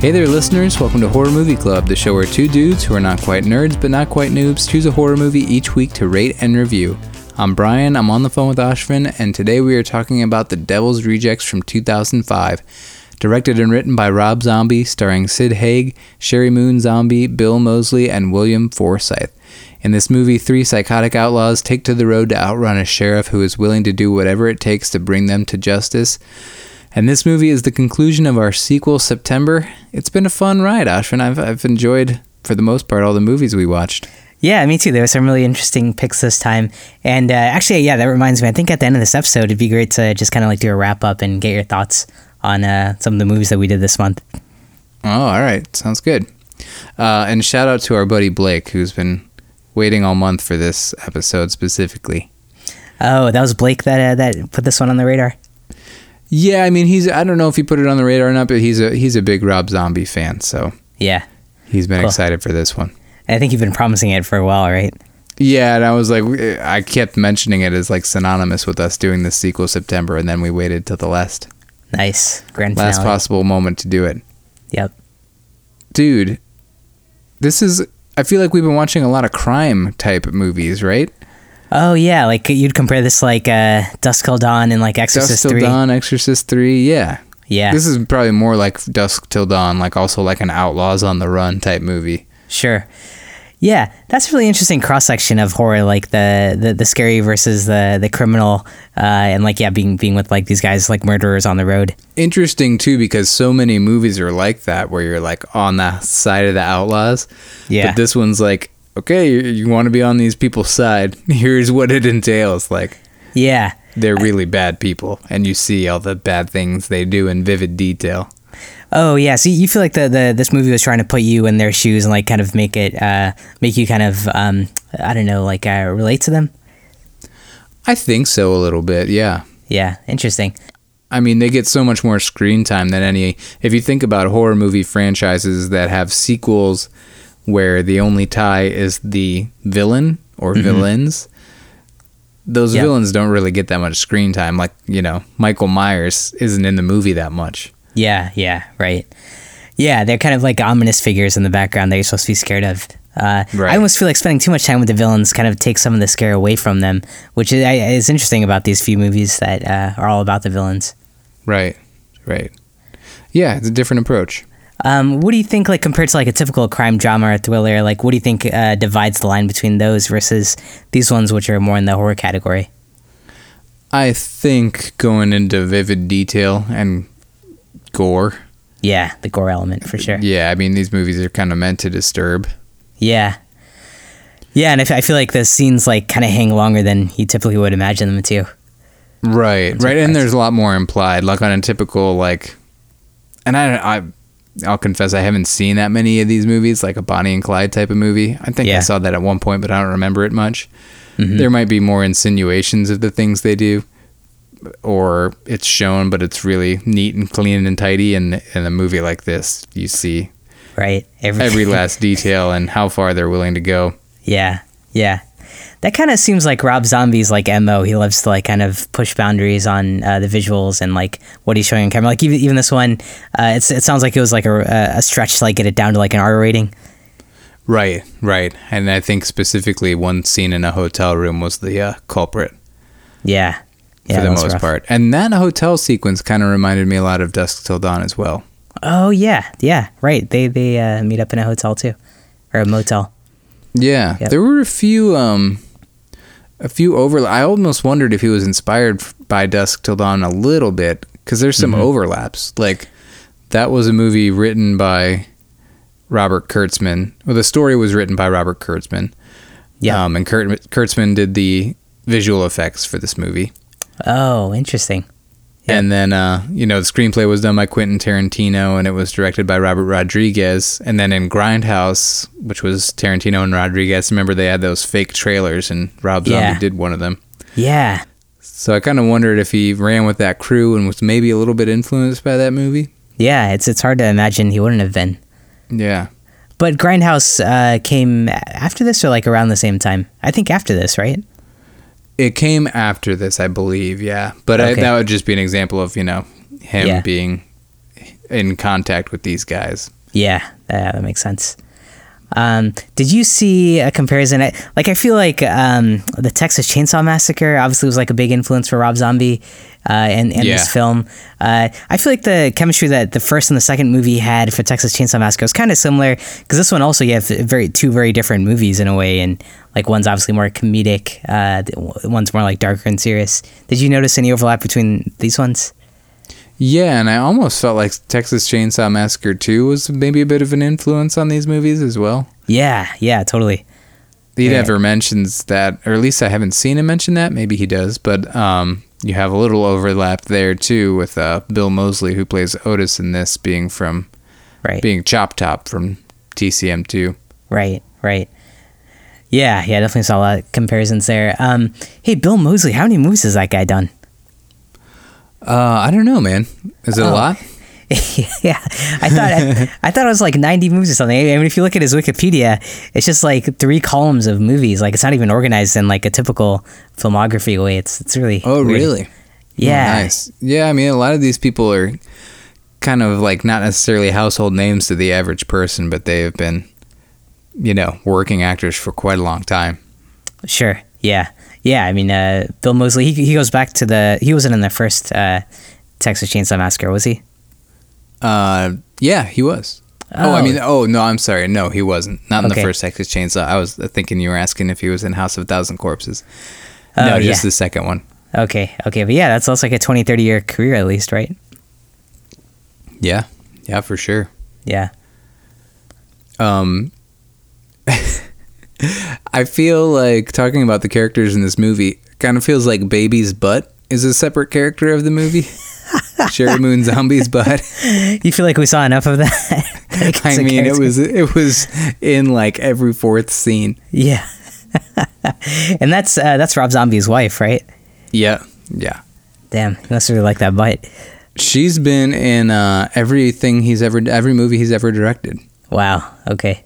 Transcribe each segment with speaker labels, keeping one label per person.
Speaker 1: Hey there, listeners. Welcome to Horror Movie Club, the show where two dudes who are not quite nerds but not quite noobs choose a horror movie each week to rate and review. I'm Brian, I'm on the phone with Ashvin, and today we are talking about The Devil's Rejects from 2005. Directed and written by Rob Zombie, starring Sid Haig, Sherry Moon Zombie, Bill Mosley, and William Forsythe. In this movie, three psychotic outlaws take to the road to outrun a sheriff who is willing to do whatever it takes to bring them to justice. And this movie is the conclusion of our sequel, September. It's been a fun ride, Ashwin. I've, I've enjoyed, for the most part, all the movies we watched.
Speaker 2: Yeah, me too. There were some really interesting picks this time. And uh, actually, yeah, that reminds me. I think at the end of this episode, it'd be great to just kind of like do a wrap up and get your thoughts on uh, some of the movies that we did this month.
Speaker 1: Oh, all right. Sounds good. Uh, and shout out to our buddy Blake, who's been waiting all month for this episode specifically.
Speaker 2: Oh, that was Blake that uh, that put this one on the radar.
Speaker 1: Yeah, I mean, he's, I don't know if he put it on the radar or not, but he's a, he's a big Rob Zombie fan. So
Speaker 2: Yeah,
Speaker 1: he's been
Speaker 2: Cool.
Speaker 1: excited for this one.
Speaker 2: I think you've been promising it for a while, right?
Speaker 1: Yeah, and I was like, I kept mentioning it as like synonymous with us doing the sequel September, and then we waited till the last
Speaker 2: Nice grand finale.
Speaker 1: last possible moment to do it.
Speaker 2: Yep.
Speaker 1: Dude, this is. I feel like we've been watching a lot of crime type movies, right?
Speaker 2: Oh yeah, like you'd compare this like uh, Dusk Till Dawn and like Exorcist
Speaker 1: Dusk Till
Speaker 2: Three.
Speaker 1: Dawn, Exorcist Three, yeah.
Speaker 2: Yeah,
Speaker 1: This is probably more like Dusk Till Dawn, like also like an Outlaws on the Run type movie.
Speaker 2: sure. Yeah, that's a really interesting cross section of horror, like the, the the scary versus the the criminal, uh, and like yeah, being being with like these guys like murderers on the road.
Speaker 1: Interesting too, because so many movies are like that, where you're like on the side of the outlaws.
Speaker 2: Yeah.
Speaker 1: But this one's like, okay, you, you want to be on these people's side. Here's what it entails. Like,
Speaker 2: Yeah,
Speaker 1: they're really bad people, and you see all the bad things they do in vivid detail.
Speaker 2: Oh yeah, so you feel like the, the this movie was trying to put you in their shoes and like kind of make it uh, make you kind of um, I don't know like uh, relate to them.
Speaker 1: I think so, a little bit, yeah.
Speaker 2: Yeah, interesting.
Speaker 1: I mean, they get so much more screen time than any. If you think about horror movie franchises that have sequels where the only tie is the villain or villains, those
Speaker 2: Yeah.
Speaker 1: villains don't really get that much screen time. Like, you know, Michael Myers isn't in the movie that much.
Speaker 2: Yeah, yeah, right. Yeah, they're kind of like ominous figures in the background that you're supposed to be scared of. Uh,
Speaker 1: Right.
Speaker 2: I almost feel like spending too much time with the villains kind of takes some of the scare away from them, which is, I- is interesting about these few movies that uh, are all about the villains.
Speaker 1: Right, right. Yeah, it's a different approach.
Speaker 2: Um, what do you think, like compared to like a typical crime drama or thriller, like what do you think uh, divides the line between those versus these ones, which are more in the horror category?
Speaker 1: I think going into vivid detail and gore.
Speaker 2: Yeah, the gore element for sure.
Speaker 1: Yeah, I mean, these movies are kind of meant to disturb.
Speaker 2: Yeah, yeah, and I, f- I feel like the scenes like kind of hang longer than you typically would imagine them to.
Speaker 1: Right, right, and
Speaker 2: surprised.
Speaker 1: there's a lot more implied, like on a typical like, and I, I, I'll confess, I haven't seen that many of these movies, like a Bonnie and Clyde type of movie. I think I
Speaker 2: Yeah.
Speaker 1: saw that at one point, but I don't remember it much. There might be more insinuations of the things they do, or it's shown, but it's really neat and clean and tidy. And in a movie like this, you see
Speaker 2: Right,
Speaker 1: every last detail and how far they're willing to go.
Speaker 2: Yeah, yeah. That kind of seems like Rob Zombie's like mo. He loves to like kind of push boundaries on uh, the visuals and like what he's showing on camera. Like even even this one, uh, it's it sounds like it was like a, a stretch to like get it down to like an R rating.
Speaker 1: Right, right, and I think specifically one scene in a hotel room was the uh, culprit.
Speaker 2: Yeah, yeah,
Speaker 1: for the
Speaker 2: that was
Speaker 1: most
Speaker 2: rough.
Speaker 1: part. And that hotel sequence kind of reminded me a lot of Dusk Till Dawn as well.
Speaker 2: Oh yeah, yeah, right. They they uh, meet up in a hotel too, or a motel.
Speaker 1: Yeah,
Speaker 2: Yep.
Speaker 1: there were a few, um, a few overlap. I almost wondered if he was inspired f- by Dusk Till Dawn a little bit because there's some overlaps. Like that was a movie written by Robert Kurtzman. Well, the story was written by Robert Kurtzman.
Speaker 2: Yeah.
Speaker 1: um, and Kurt- Kurtzman did the visual effects for this movie.
Speaker 2: Oh, interesting. Yeah.
Speaker 1: And then, uh, you know, the screenplay was done by Quentin Tarantino and it was directed by Robert Rodriguez. And then in Grindhouse, which was Tarantino and Rodriguez, remember they had those fake trailers and Rob Zombie
Speaker 2: Yeah.
Speaker 1: did one of them.
Speaker 2: Yeah,
Speaker 1: So I kind of wondered if he ran with that crew and was maybe a little bit influenced by that movie.
Speaker 2: yeah. It's it's hard to imagine he wouldn't have been.
Speaker 1: Yeah.
Speaker 2: But Grindhouse uh, came after this, or like around the same time. I think after this, right?
Speaker 1: It came after this, I believe. Yeah. But I,
Speaker 2: Okay.
Speaker 1: that would just be an example of, you know, him
Speaker 2: Yeah.
Speaker 1: being in contact with these guys.
Speaker 2: Yeah, yeah, that makes sense. Um, did you see a comparison? I, like, I feel like um, the Texas Chainsaw Massacre obviously was like a big influence for Rob Zombie uh, and, and
Speaker 1: Yeah.
Speaker 2: this film. Uh, I feel like the chemistry that the first and the second movie had for Texas Chainsaw Massacre was kind of similar because this one also you have very two very different movies in a way, and like one's obviously more comedic, uh, the w- one's more like darker and serious. Did you notice any overlap between these ones?
Speaker 1: Yeah, and I almost felt like Texas Chainsaw Massacre 2 was maybe a bit of an influence on these movies as well.
Speaker 2: Yeah, yeah, totally.
Speaker 1: He
Speaker 2: Yeah.
Speaker 1: never mentions that, or at least I haven't seen him mention that. Maybe he does, but um, you have a little overlap there too with uh, Bill Mosley, who plays Otis in this, being from
Speaker 2: Right.
Speaker 1: being Chop Top from TCM two.
Speaker 2: Right, right. Yeah, yeah, definitely saw a lot of comparisons there. Um, hey, Bill Mosley, how many movies has that guy done?
Speaker 1: Uh, I don't know, man. Is it
Speaker 2: Oh.
Speaker 1: a lot?
Speaker 2: yeah, I thought I, I thought it was like ninety movies or something. I mean, if you look at his Wikipedia, it's just like three columns of movies. Like it's not even organized in like a typical filmography way. It's it's Oh, really weird. Yeah,
Speaker 1: Oh, Nice. Yeah, I mean, a lot of these people are kind of like not necessarily household names to the average person, but they have been, you know, working actors for quite a long time.
Speaker 2: Sure. Yeah. Yeah. I mean, uh, Bill Mosley, he, he goes back to the. He wasn't in the first uh, Texas Chainsaw Massacre, was he?
Speaker 1: Uh, yeah, he was. Oh. I
Speaker 2: Oh.
Speaker 1: mean, oh no, I'm sorry. No, he wasn't. Not in
Speaker 2: Okay.
Speaker 1: the first Texas Chainsaw. I was thinking you were asking if he was in House of a Thousand Corpses.
Speaker 2: Oh,
Speaker 1: no, just
Speaker 2: yeah.
Speaker 1: the second one.
Speaker 2: Okay. Okay. But yeah, that's that's like a 20, 30 year career at least, right?
Speaker 1: Yeah, yeah, for sure.
Speaker 2: Yeah.
Speaker 1: Um, I feel like talking about the characters in this movie kind of feels like Baby's butt is a separate character of the movie. Sherry Moon Zombie's butt.
Speaker 2: You feel like we saw enough of that? Like, it's
Speaker 1: I
Speaker 2: a
Speaker 1: mean, it
Speaker 2: character.
Speaker 1: was it was in like every fourth scene.
Speaker 2: Yeah. and that's uh, that's Rob Zombie's wife, right?
Speaker 1: Yeah, yeah.
Speaker 2: Damn, he must really like that butt.
Speaker 1: She's been in uh, everything he's ever every movie he's ever directed.
Speaker 2: Wow. Okay.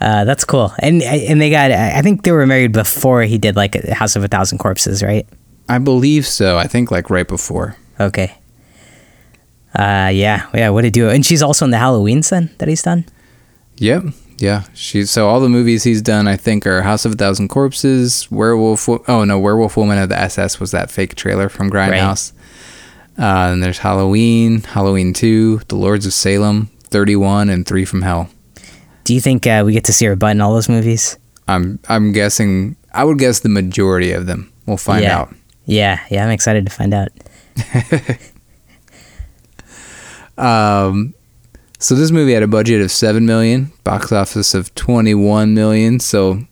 Speaker 2: Uh, that's cool. And and they got. I I think they were married before he did like House of a Thousand Corpses, right?
Speaker 1: I believe so. I think like right before.
Speaker 2: Okay. Uh, yeah, yeah. What a duo. And she's also in the Halloween son that he's done.
Speaker 1: Yep. Yeah. She's so all the movies he's done, I think, are House of a Thousand Corpses, Werewolf. Wo- oh no, Werewolf Woman of the SS was that fake trailer from Grindhouse. Uh, and there's Halloween, Halloween Two, The Lords of Salem, Thirty One, and Three from Hell.
Speaker 2: Do you think uh, we get to see her butt in all those movies?
Speaker 1: I'm I'm guessing. I would guess the majority of them. We'll find
Speaker 2: yeah.
Speaker 1: out.
Speaker 2: Yeah, yeah. I'm excited to find out.
Speaker 1: So this movie had a budget of seven million, box office of twenty-one million. So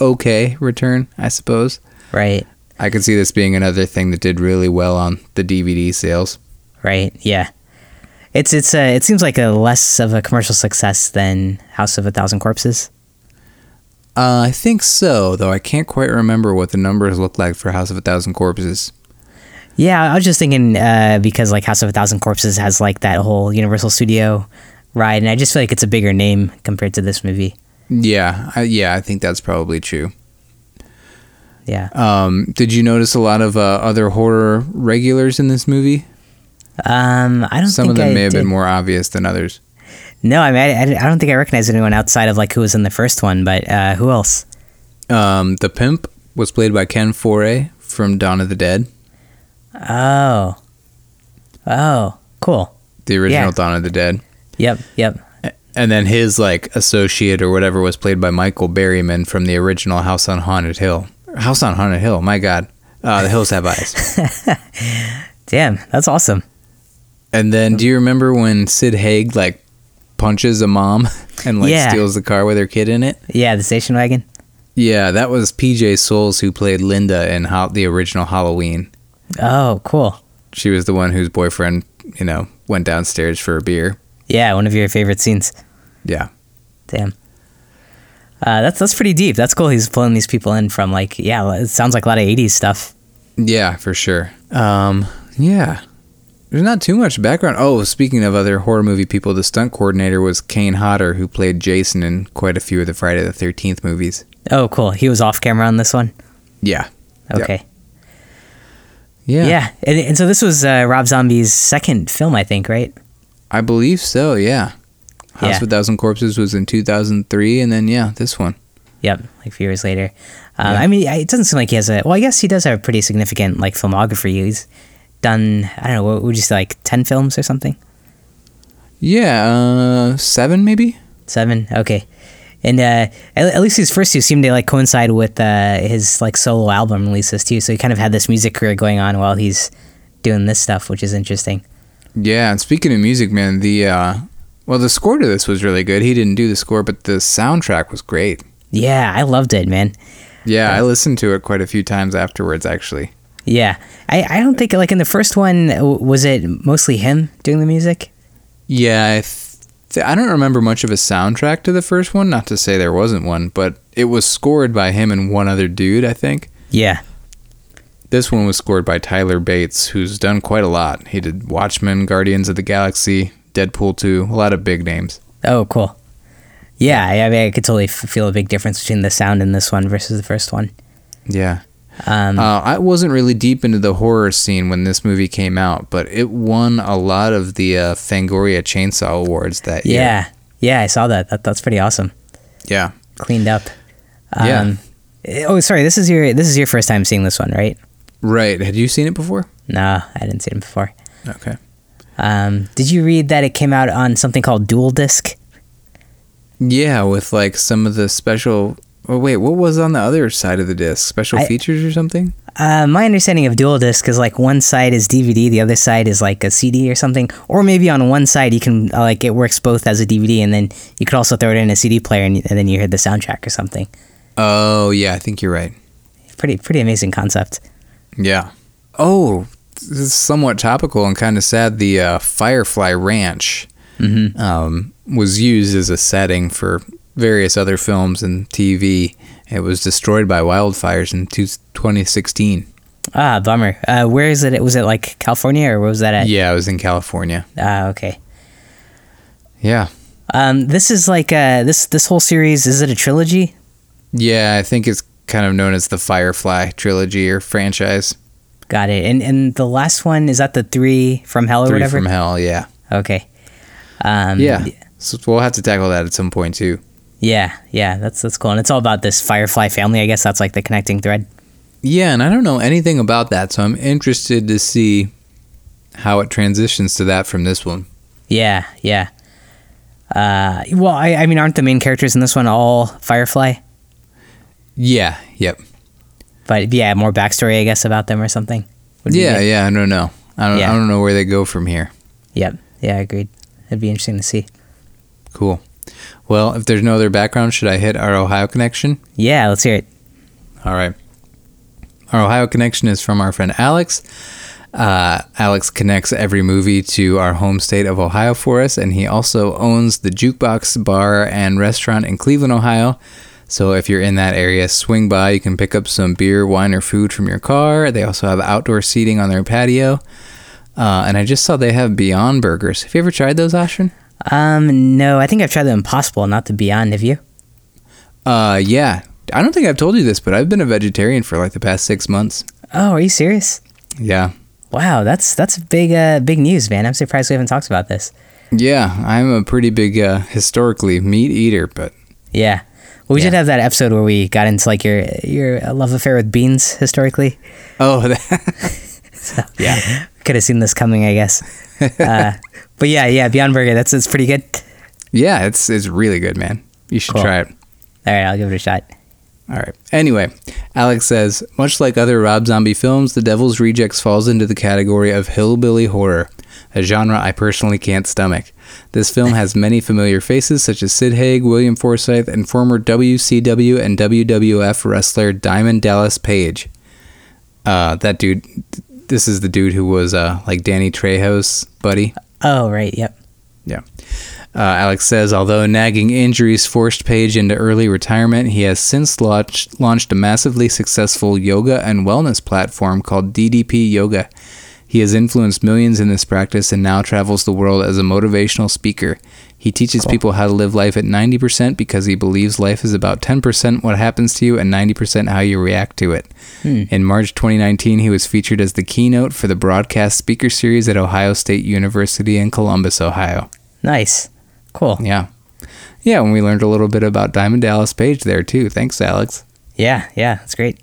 Speaker 1: okay return, I suppose.
Speaker 2: Right.
Speaker 1: I could see this being another thing that did really well on the DVD sales.
Speaker 2: Right. Yeah. It's it's a, it seems like a less of a commercial success than House of a Thousand Corpses.
Speaker 1: Uh, I think so, though I can't quite remember what the numbers looked like for House of a Thousand Corpses.
Speaker 2: Yeah, I was just thinking uh, because like House of a Thousand Corpses has like that whole Universal Studio ride, and I just feel like it's a bigger name compared to this movie.
Speaker 1: Yeah, I, yeah, I think that's probably true.
Speaker 2: Yeah.
Speaker 1: Um, did you notice a lot of uh, other horror regulars in this movie?
Speaker 2: Um, I don't.
Speaker 1: Some
Speaker 2: think
Speaker 1: of them
Speaker 2: I
Speaker 1: may have
Speaker 2: did.
Speaker 1: been more obvious than others.
Speaker 2: No, I mean I, I- I don't think I recognize anyone outside of like who was in the first one, but uh, who else?
Speaker 1: Um, the pimp was played by Ken Foray from Dawn of the Dead,
Speaker 2: Oh, oh, cool.
Speaker 1: the original
Speaker 2: Yeah.
Speaker 1: Dawn of the Dead,
Speaker 2: Yep, yep.
Speaker 1: and then his like associate or whatever was played by Michael Berryman from the original House on Haunted Hill. House on Haunted Hill. My God, uh, the hills have eyes.
Speaker 2: Damn, that's awesome.
Speaker 1: And then, do you remember when Sid Haig like punches a mom and like
Speaker 2: Yeah.
Speaker 1: steals the car with her kid in it?
Speaker 2: Yeah, the station wagon.
Speaker 1: Yeah, that was PJ Souls who played Linda in ho- the original Halloween.
Speaker 2: Oh, cool.
Speaker 1: She was the one whose boyfriend, you know, went downstairs for a beer.
Speaker 2: Yeah, one of your favorite scenes.
Speaker 1: Yeah,
Speaker 2: Damn. Uh, that's that's pretty deep. That's cool. He's pulling these people in from like yeah. It sounds like a lot of '80s stuff.
Speaker 1: yeah, for sure. Um, yeah, there's not too much background. Oh, speaking of other horror movie people, the stunt coordinator was Kane Hodder, who played Jason in quite a few of the Friday the Thirteenth movies.
Speaker 2: Oh, cool. He was off camera on this one.
Speaker 1: Yeah. Yep.
Speaker 2: Okay.
Speaker 1: Yeah.
Speaker 2: Yeah, And, and so this was uh, Rob Zombie's second film, I think, right?
Speaker 1: I believe so. Yeah. House
Speaker 2: Yeah.
Speaker 1: with Thousand Corpses was in 2003, and then yeah, this one.
Speaker 2: Yep, like a few years later. Um, I mean, I- it doesn't seem like he has a. Well, I guess he does have a pretty significant like filmography. He's done. I don't know. What would you say? Like ten films or something?
Speaker 1: Yeah, uh, seven maybe.
Speaker 2: Seven. Okay. And uh, at, at least his first two seemed to like coincide with uh, his like solo album releases too. So he kind of had this music career going on while he's doing this stuff, which is interesting.
Speaker 1: Yeah, and speaking of music, man, the uh, well, the score to this was really good. He didn't do the score, but the soundtrack was great.
Speaker 2: Yeah, I loved it, man.
Speaker 1: Yeah, I listened to it quite a few times afterwards, actually.
Speaker 2: Yeah, I, I don't think like in the first one w- was it mostly him doing the music?
Speaker 1: Yeah, I, th- I don't remember much of a soundtrack to the first one. Not to say there wasn't one, but it was scored by him and one other dude, I think.
Speaker 2: Yeah,
Speaker 1: This one was scored by Tyler Bates, who's done quite a lot. He did Watchmen, Guardians of the Galaxy, Deadpool 2, a lot of big names.
Speaker 2: Oh, cool. Yeah, I I mean, I could totally f- feel a big difference between the sound in this one versus the first one.
Speaker 1: Yeah.
Speaker 2: Um,
Speaker 1: Uh, I wasn't really deep into the horror scene when this movie came out, but it won a lot of the uh, Fangoria Chainsaw Awards that year.
Speaker 2: yeah, yeah, I saw that. that. That's pretty awesome.
Speaker 1: Yeah.
Speaker 2: Cleaned up. Um,
Speaker 1: Yeah.
Speaker 2: eh, Oh, sorry. This is your this is your first time seeing this one, right?
Speaker 1: Right. Had you seen it before?
Speaker 2: No, I didn't see it before.
Speaker 1: Okay.
Speaker 2: Um, did you read that it came out on something called Dual Disc?
Speaker 1: Yeah, with like some of the special. Oh wait, what was on the other side of the disc? Special
Speaker 2: I-
Speaker 1: features or something?
Speaker 2: Uh, my understanding of dual disc is like one side is DVD, the other side is like a CD or something, or maybe on one side you can uh, like it works both as a DVD and then you could also throw it in a CD player and, and then you hear the soundtrack or something.
Speaker 1: Oh yeah, I think you're right.
Speaker 2: Pretty pretty amazing concept.
Speaker 1: Yeah. Oh, this is somewhat topical and kind of sad. The uh, Firefly Ranch um, was used as a setting for various other films and TV. It was destroyed by wildfires in two- 2016.
Speaker 2: Ah, bummer. Uh, where is it? Was it like California or where was that at?
Speaker 1: Yeah, it was in California.
Speaker 2: Ah, okay.
Speaker 1: Yeah.
Speaker 2: Um, this is like uh, this this whole series. Is it a trilogy?
Speaker 1: Yeah, I think it's kind of known as the Firefly trilogy or franchise.
Speaker 2: Got it. And and the last one is that the three from hell or
Speaker 1: Three
Speaker 2: whatever.
Speaker 1: from Hell, yeah.
Speaker 2: Okay. Um,
Speaker 1: Yeah. So we'll have to tackle that at some point too.
Speaker 2: Yeah, yeah, that's that's cool, and it's all about this Firefly family. I guess that's like the connecting thread.
Speaker 1: Yeah, and I don't know anything about that, so I'm interested to see how it transitions to that from this one.
Speaker 2: Yeah, yeah. Uh, well, I, I mean, aren't the main characters in this one all Firefly?
Speaker 1: Yeah, yep.
Speaker 2: But yeah, more backstory, I guess, about them or something. would be
Speaker 1: yeah,
Speaker 2: good.
Speaker 1: yeah, I don't know. I don't
Speaker 2: Yeah.
Speaker 1: I don't know where they go from here.
Speaker 2: yep, yeah, agreed. It'd be interesting to see.
Speaker 1: Cool. Well, if there's no other background, should I hit our Ohio connection?
Speaker 2: Yeah, let's hear it.
Speaker 1: All right. Our Ohio connection is from our friend Alex. Uh, Alex connects every movie to our home state of Ohio for us, and he also owns the Jukebox Bar and Restaurant in Cleveland, Ohio. So if you're in that area, swing by. You can pick up some beer, wine, or food from your car. They also have outdoor seating on their patio. Uh, and I just saw they have Beyond Burgers. Have you ever tried those, Ashwin?
Speaker 2: Um, no, I think I've tried the Impossible, not the Beyond. Have you?
Speaker 1: Uh, yeah. I don't think I've told you this, but I've been a vegetarian for like the past six months.
Speaker 2: Oh, are you serious?
Speaker 1: Yeah.
Speaker 2: Wow, that's that's big uh big news, man. I'm surprised we haven't talked about this.
Speaker 1: Yeah, I'm a pretty big uh, historically meat eater, but
Speaker 2: Yeah. Well, we did
Speaker 1: Yeah.
Speaker 2: have that episode where we got into like your your love affair with beans historically.
Speaker 1: oh, that,
Speaker 2: yeah, could have seen this coming, I guess. Uh, but yeah, yeah, Beyond Burger, that's it's pretty good.
Speaker 1: yeah, it's it's really good, man. You should
Speaker 2: Cool.
Speaker 1: try it.
Speaker 2: All right, I'll give it a shot.
Speaker 1: All right. Anyway, Alex says, much like other Rob Zombie films, The Devil's Rejects falls into the category of hillbilly horror, a genre I personally can't stomach. This film has many familiar faces such as Sid Haig, William Forsythe, and former WCW and WWF wrestler Diamond Dallas Page. Uh, that dude, this is the dude who was uh, like Danny Trejo's buddy.
Speaker 2: Oh right, yep.
Speaker 1: Yeah. Uh, Alex says, although nagging injuries forced Page into early retirement, he has since launched, launched a massively successful yoga and wellness platform called DDP Yoga. He has influenced millions in this practice and now travels the world as a motivational speaker. He teaches people how to live life at 90% because he believes life is about 10% what happens to you and 90% how you react to it. In March 2019, he was featured as the keynote for the broadcast speaker series at Ohio State University in Columbus, Ohio.
Speaker 2: Nice. Cool.
Speaker 1: Yeah. Yeah, and we learned a little bit about Diamond Dallas Page there too. Thanks, Alex.
Speaker 2: Yeah, yeah, that's great.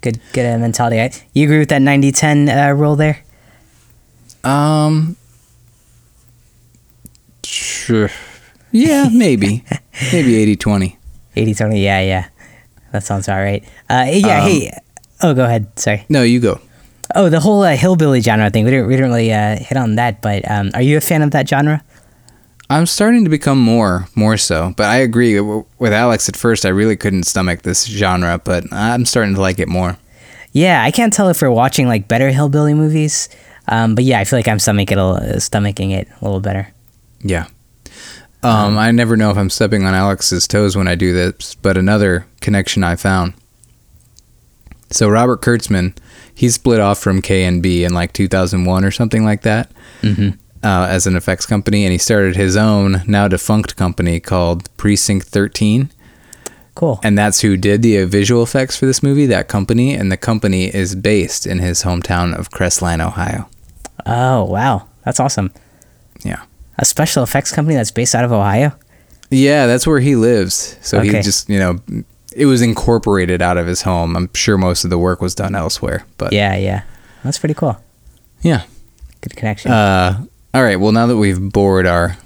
Speaker 2: Good, good uh, mentality. I, you agree with that 90-10 uh, rule there?
Speaker 1: Um sure. Yeah, maybe. maybe 80-20.
Speaker 2: 80-20, yeah, yeah. That sounds all right. Uh, yeah, hey, oh, go ahead. Sorry.
Speaker 1: No, you go.
Speaker 2: Oh, the whole uh, hillbilly genre thing. We didn't, we didn't really uh, hit on that, but um, are you a fan of that genre?
Speaker 1: I'm starting to become more, more so. But I agree w- with Alex. At first, I really couldn't stomach this genre, but I'm starting to like it more.
Speaker 2: Yeah, I can't tell if we're watching like better hillbilly movies, um, but yeah, I feel like I'm stomach it a, stomaching it a little better.
Speaker 1: Yeah. Um, I never know if I'm stepping on Alex's toes when I do this, but another connection I found. So Robert Kurtzman, he split off from K&B in like 2001 or something like that
Speaker 2: Mm-hmm.
Speaker 1: uh, as an effects company, and he started his own now defunct company called Precinct 13.
Speaker 2: Cool.
Speaker 1: And that's who did the uh, visual effects for this movie, that company. And the company is based in his hometown of Crestline, Ohio.
Speaker 2: Oh wow, that's awesome.
Speaker 1: Yeah. Uh,
Speaker 2: A special effects company that's based out of Ohio.
Speaker 1: Yeah, that's where he lives. So he
Speaker 2: Okay.
Speaker 1: just, you know, it was incorporated out of his home. I'm sure most of the work was done elsewhere. But
Speaker 2: Yeah, yeah, that's pretty cool.
Speaker 1: yeah.
Speaker 2: Good connection.
Speaker 1: Uh, all right. Well, now that we've bored our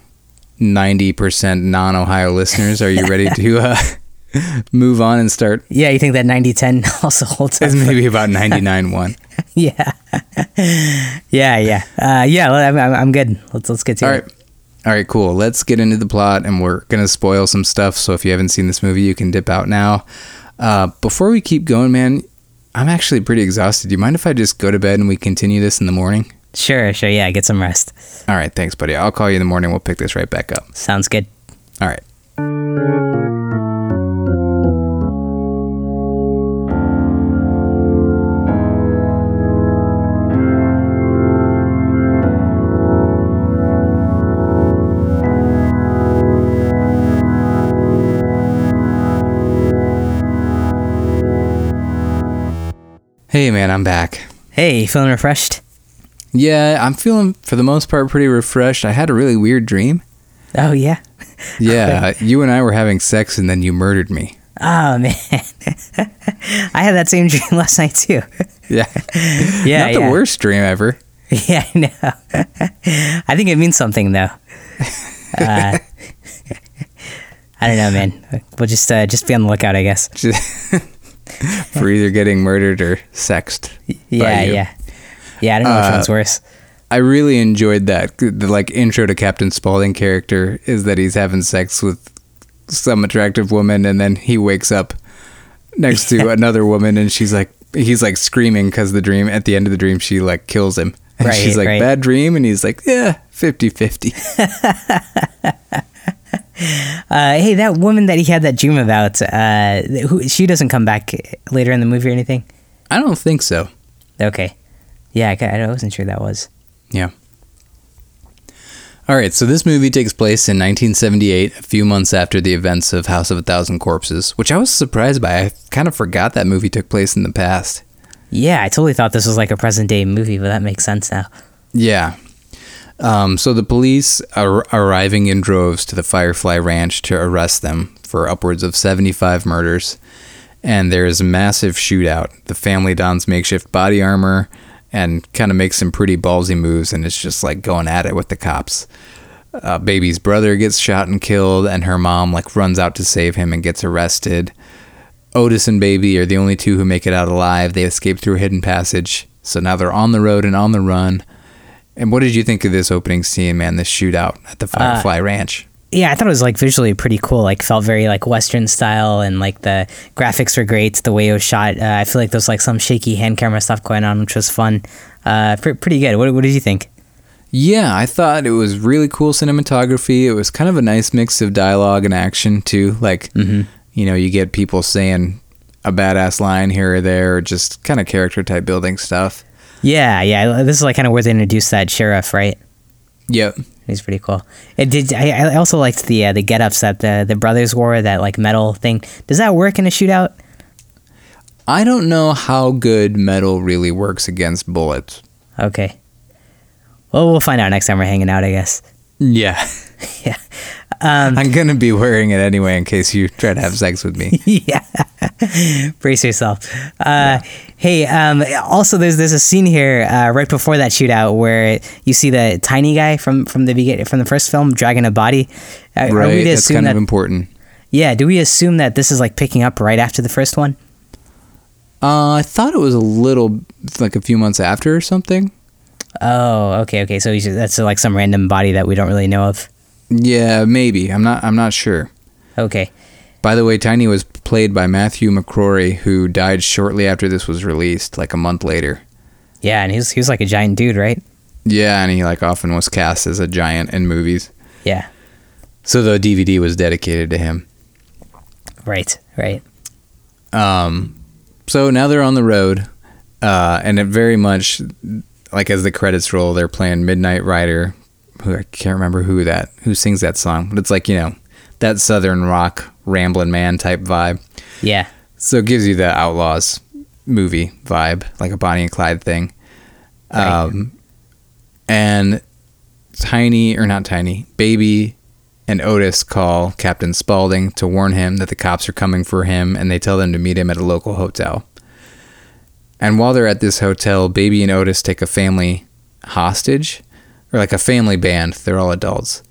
Speaker 1: 90% non Ohio listeners, are you ready to uh, move on and start?
Speaker 2: yeah, you think that 90-10 also holds up?
Speaker 1: It's maybe about 99 1.
Speaker 2: yeah, yeah, yeah, uh, yeah. well, I'm, I'm, I'm good. Let's let's get to
Speaker 1: All
Speaker 2: it.
Speaker 1: right. All right, cool. Let's get into the plot, and we're going to spoil some stuff. So if you haven't seen this movie, you can dip out now. Uh, before we keep going, man, I'm actually pretty exhausted. Do you mind if I just go to bed and we continue this in the morning?
Speaker 2: Sure, sure. Yeah, get some rest.
Speaker 1: All right, thanks, buddy. I'll call you in the morning. We'll pick this right back up.
Speaker 2: Sounds good.
Speaker 1: All right. Hey, man, I'm back.
Speaker 2: Hey, you feeling refreshed?
Speaker 1: Yeah, I'm feeling for the most part pretty refreshed. I had a really weird dream.
Speaker 2: Oh yeah.
Speaker 1: Yeah, you and I were having sex and then you murdered me.
Speaker 2: Oh man, I had that same dream last night too.
Speaker 1: Yeah.
Speaker 2: Yeah,
Speaker 1: Not the
Speaker 2: yeah.
Speaker 1: worst dream ever.
Speaker 2: Yeah, I know. I think it means something though. Uh, I don't know, man. We'll just uh, just be on the lookout, I guess.
Speaker 1: Just for either getting murdered or sexed. by
Speaker 2: Yeah,
Speaker 1: you.
Speaker 2: yeah, yeah. I don't know which one's worse.
Speaker 1: I really enjoyed that. The like intro to Captain Spaulding character is that he's having sex with some attractive woman and then he wakes up next to another woman and she's like he's like screaming cuz the dream at the end of the dream she like kills him. And
Speaker 2: Right,
Speaker 1: she's like
Speaker 2: right.
Speaker 1: bad dream and he's like yeah, 50-50.
Speaker 2: Uh, hey, that woman that he had that dream about, uh, who, she doesn't come back later in the movie or anything.
Speaker 1: I don't think so.
Speaker 2: Okay. Yeah, I, ca- I wasn't sure that was.
Speaker 1: Yeah. All right, so this movie takes place in 1978, a few months after the events of House of a Thousand Corpses, which I was surprised by. I kind of forgot that movie took place in the past.
Speaker 2: Yeah, I totally thought this was like a present day movie, but that makes sense now.
Speaker 1: Yeah. Um, so the police are arriving in droves to the Firefly Ranch to arrest them for upwards of 75 murders. And there is a massive shootout. The family dons makeshift body armor and kind of makes some pretty ballsy moves, and it's just like going at it with the cops. Uh, baby's brother gets shot and killed, and her mom like runs out to save him and gets arrested. Otis and Baby are the only two who make it out alive. They escape through a hidden passage. So now they're on the road and on the run. And what did you think of this opening scene, man? This shootout at the Firefly Ranch.
Speaker 2: Yeah, I thought it was like visually pretty cool. Like felt very like Western style, and like the graphics were great. The way it was shot, uh, I feel like there's like some shaky hand camera stuff going on, which was fun. Uh, pr- pretty good. What, what did you think?
Speaker 1: Yeah, I thought it was really cool cinematography. It was kind of a nice mix of dialogue and action too. Like, you know, you get people saying a badass line here or there, or just kind of character type building stuff.
Speaker 2: Yeah, yeah. This is like kind of where they introduced that sheriff, right?
Speaker 1: Yep.
Speaker 2: He's pretty cool. It did. I, I also liked the uh, the get-ups that the the brothers wore. That like metal thing. Does that work in a shootout?
Speaker 1: I don't know how good metal really works against bullets.
Speaker 2: Okay. Well, we'll find out next time we're hanging out, I guess.
Speaker 1: Yeah.
Speaker 2: Yeah. Um,
Speaker 1: I'm gonna be wearing it anyway in case you try to have sex with me.
Speaker 2: yeah. Brace yourself. Uh, Hey, um, also there's there's a scene here uh, right before that shootout where you see the tiny guy from from the begin from the first film dragging a body. Uh, Are, are we
Speaker 1: Right?
Speaker 2: to
Speaker 1: That's
Speaker 2: assume
Speaker 1: kind
Speaker 2: that?
Speaker 1: of important.
Speaker 2: yeah. Do we assume that this is like picking up right after the first one?
Speaker 1: Uh, I thought it was a little like a few months after or something.
Speaker 2: Oh, okay, okay. So he's just, that's like some random body that we don't really know of.
Speaker 1: Yeah, maybe. I'm not. I'm not sure.
Speaker 2: Okay.
Speaker 1: By the way, Tiny was played by Matthew McCrory, who died shortly after this was released, like a month later.
Speaker 2: Yeah, and he was, he was like a giant dude, right?
Speaker 1: Yeah, and he like often was cast as a giant in movies.
Speaker 2: Yeah.
Speaker 1: So the DVD was dedicated to him.
Speaker 2: Right. Right.
Speaker 1: Um, so now they're on the road, uh, and it very much like as the credits roll, they're playing Midnight Rider, who I can't remember who that who sings that song, but it's like you know that southern rock rambling man type vibe.
Speaker 2: Yeah.
Speaker 1: So it gives you the Outlaws movie vibe, like a Bonnie and Clyde thing. Um, and Tiny, or not Tiny, Baby and Otis call Captain Spaulding to warn him that the cops are coming for him and they tell them to meet him at a local hotel. And while they're at this hotel, Baby and Otis take a family hostage, or like a family band. They're all adults.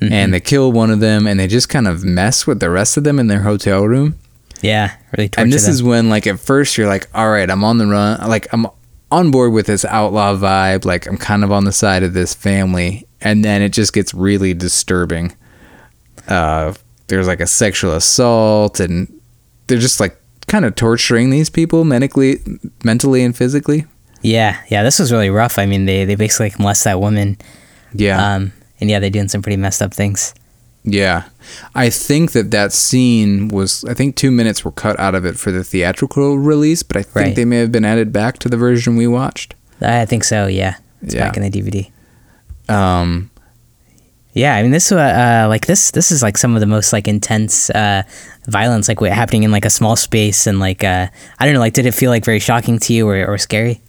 Speaker 1: And they kill one of them and they just kind of mess with the rest of them in their hotel room
Speaker 2: Yeah. Really torture
Speaker 1: and this
Speaker 2: them.
Speaker 1: is when like at first you're like all right i'm on the run like i'm on board with this outlaw vibe like i'm kind of on the side of this family and then it just gets really disturbing uh there's like a sexual assault and they're just like kind of torturing these people medically mentally and physically
Speaker 2: yeah. Yeah. This was really rough. I mean, they they basically like, molest that woman.
Speaker 1: yeah
Speaker 2: Um. And yeah, they're doing some pretty messed up things.
Speaker 1: Yeah. I think that that scene was, I think two minutes were cut out of it for the theatrical release, but I think
Speaker 2: Right.
Speaker 1: they may have been added back to the version we watched.
Speaker 2: I think so. Yeah. It's
Speaker 1: Yeah.
Speaker 2: back in the DVD.
Speaker 1: Um,
Speaker 2: Yeah, I mean this uh, uh like this this is like some of the most like intense uh violence like what happening in like a small space and like uh I don't know like did it feel like very shocking to you or, or scary?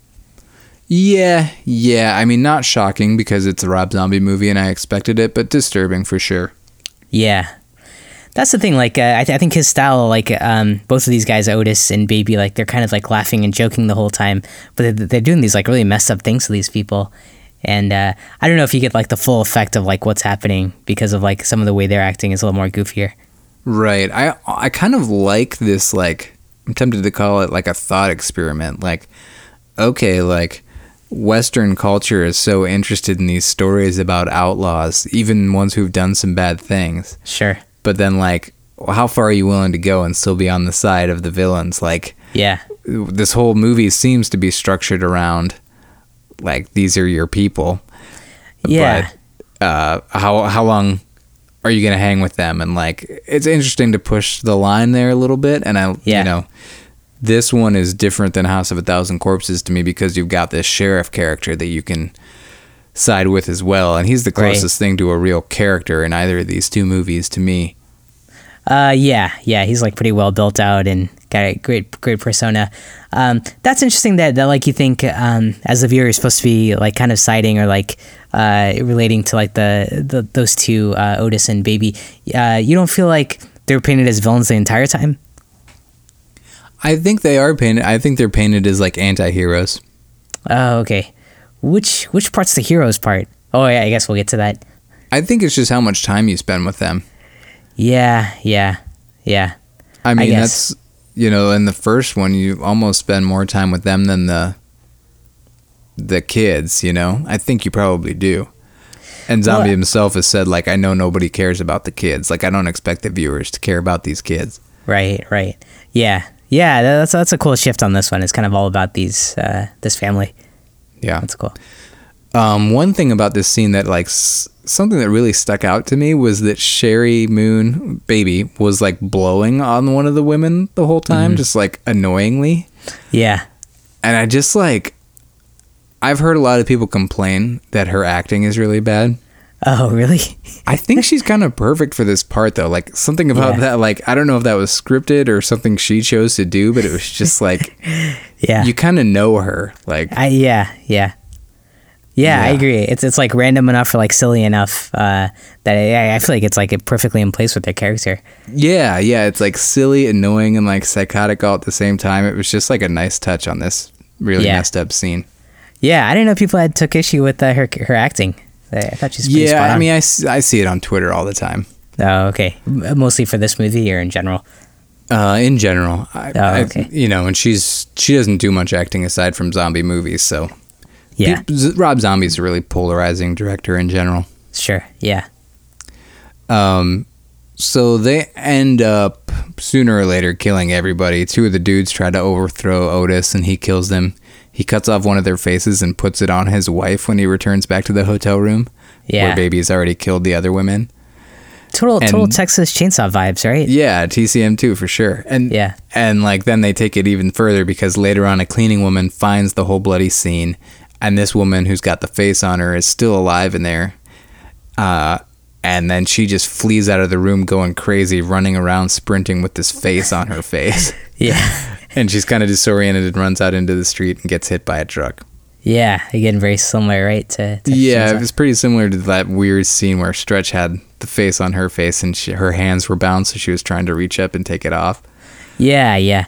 Speaker 1: yeah, yeah. I mean, not shocking because it's a Rob Zombie movie and I expected it, but disturbing for sure.
Speaker 2: Yeah. That's the thing. Like, uh, I, th- I think his style, like, um, both of these guys, Otis and Baby, like, they're kind of like laughing and joking the whole time, but they're, they're doing these like really messed up things to these people. And uh, I don't know if you get like the full effect of like what's happening because of like some of the way they're acting is a little more goofier.
Speaker 1: Right. I I kind of like this like I'm tempted to call it like a thought experiment. Like okay, like western culture is so interested in these stories about outlaws, even ones who've done some bad things.
Speaker 2: Sure.
Speaker 1: But then like how far are you willing to go and still be on the side of the villains? Like
Speaker 2: Yeah.
Speaker 1: this whole movie seems to be structured around like these are your people.
Speaker 2: Yeah.
Speaker 1: But, uh, how how long are you gonna hang with them? And like, it's interesting to push the line there a little bit. And I,
Speaker 2: Yeah.
Speaker 1: you know, this one is different than House of a Thousand Corpses to me because you've got this sheriff character that you can side with as well, and he's the
Speaker 2: Right.
Speaker 1: closest thing to a real character in either of these two movies to me.
Speaker 2: Uh, yeah, yeah, he's like pretty well built out and got a great, great persona. Um, that's interesting that, that like you think um, as a viewer you're supposed to be like kind of siding or like uh, relating to like the, the those two uh, Otis and Baby. Uh, you don't feel like they're painted as villains the entire time.
Speaker 1: I think they are painted. I think they're painted as like anti-heroes.
Speaker 2: Oh, okay. Which which part's the hero's part? Oh yeah, I guess we'll get to that.
Speaker 1: I think it's just how much time you spend with them.
Speaker 2: Yeah, yeah, yeah.
Speaker 1: I mean,
Speaker 2: guess.
Speaker 1: that's you know, in the first one, you almost spend more time with them than the the kids. You know, I think you probably do. And Zombie
Speaker 2: Well,
Speaker 1: himself has said, like, I know nobody cares about the kids. Like, I don't expect the viewers to care about these kids.
Speaker 2: Right, right. Yeah, yeah. tha- That's that's a cool shift on this one. It's kind of all about these uh, this family.
Speaker 1: Yeah.
Speaker 2: That's cool.
Speaker 1: Um, one thing about this scene that, like, s- something that really stuck out to me was that Sherry Moon, baby, was like blowing on one of the women the whole time, just like annoyingly.
Speaker 2: Yeah.
Speaker 1: And I just like, I've heard a lot of people complain that her acting is really bad.
Speaker 2: Oh, really?
Speaker 1: I think she's kind of perfect for this part though. Like something about
Speaker 2: Yeah.
Speaker 1: that, like I don't know if that was scripted or something she chose to do, but it was just like
Speaker 2: Yeah.
Speaker 1: you kind of know her. Like
Speaker 2: I yeah yeah. Yeah, I
Speaker 1: Yeah.
Speaker 2: agree. It's it's like random enough or like silly enough uh, that I, I feel like it's like perfectly in place with their character.
Speaker 1: Yeah, yeah, it's like silly, annoying, and like psychotic all at the same time. It was just like a nice touch on this really
Speaker 2: Yeah.
Speaker 1: messed up scene.
Speaker 2: Yeah, I didn't know people had took issue with uh, her her acting. Uh, I I thought she's pretty
Speaker 1: Yeah,
Speaker 2: spot
Speaker 1: I
Speaker 2: on.
Speaker 1: mean, I, s- I see it on Twitter all the time.
Speaker 2: oh, okay. M- Mostly for this movie or in general.
Speaker 1: Uh, in general, I,
Speaker 2: Oh,
Speaker 1: I-
Speaker 2: okay.
Speaker 1: you know, and she's she doesn't do much acting aside from zombie movies. So
Speaker 2: Yeah,
Speaker 1: Pe- Z- Rob Zombie's a really polarizing director in general.
Speaker 2: sure. Yeah,
Speaker 1: Um, so they end up sooner or later killing everybody. Two of the dudes try to overthrow Otis, and he kills them. He cuts off one of their faces and puts it on his wife when he returns back to the hotel room,
Speaker 2: yeah.
Speaker 1: where Baby's already killed the other women.
Speaker 2: Total total
Speaker 1: and-
Speaker 2: Texas Chainsaw vibes, right?
Speaker 1: Yeah, TCM too for sure. And
Speaker 2: Yeah.
Speaker 1: and like then they take it even further because later on a cleaning woman finds the whole bloody scene, and this woman who's got the face on her is still alive in there. Uh, and then she just flees out of the room going crazy, running around, sprinting with this face on her face.
Speaker 2: Yeah,
Speaker 1: And she's kind of disoriented and runs out into the street and gets hit by a truck.
Speaker 2: yeah. Again, very similar, right? To Texas
Speaker 1: Yeah,
Speaker 2: Chainsaw.
Speaker 1: it was pretty similar to that weird scene where Stretch had the face on her face and she, her hands were bound, so she was trying to reach up and take it off.
Speaker 2: Yeah, yeah.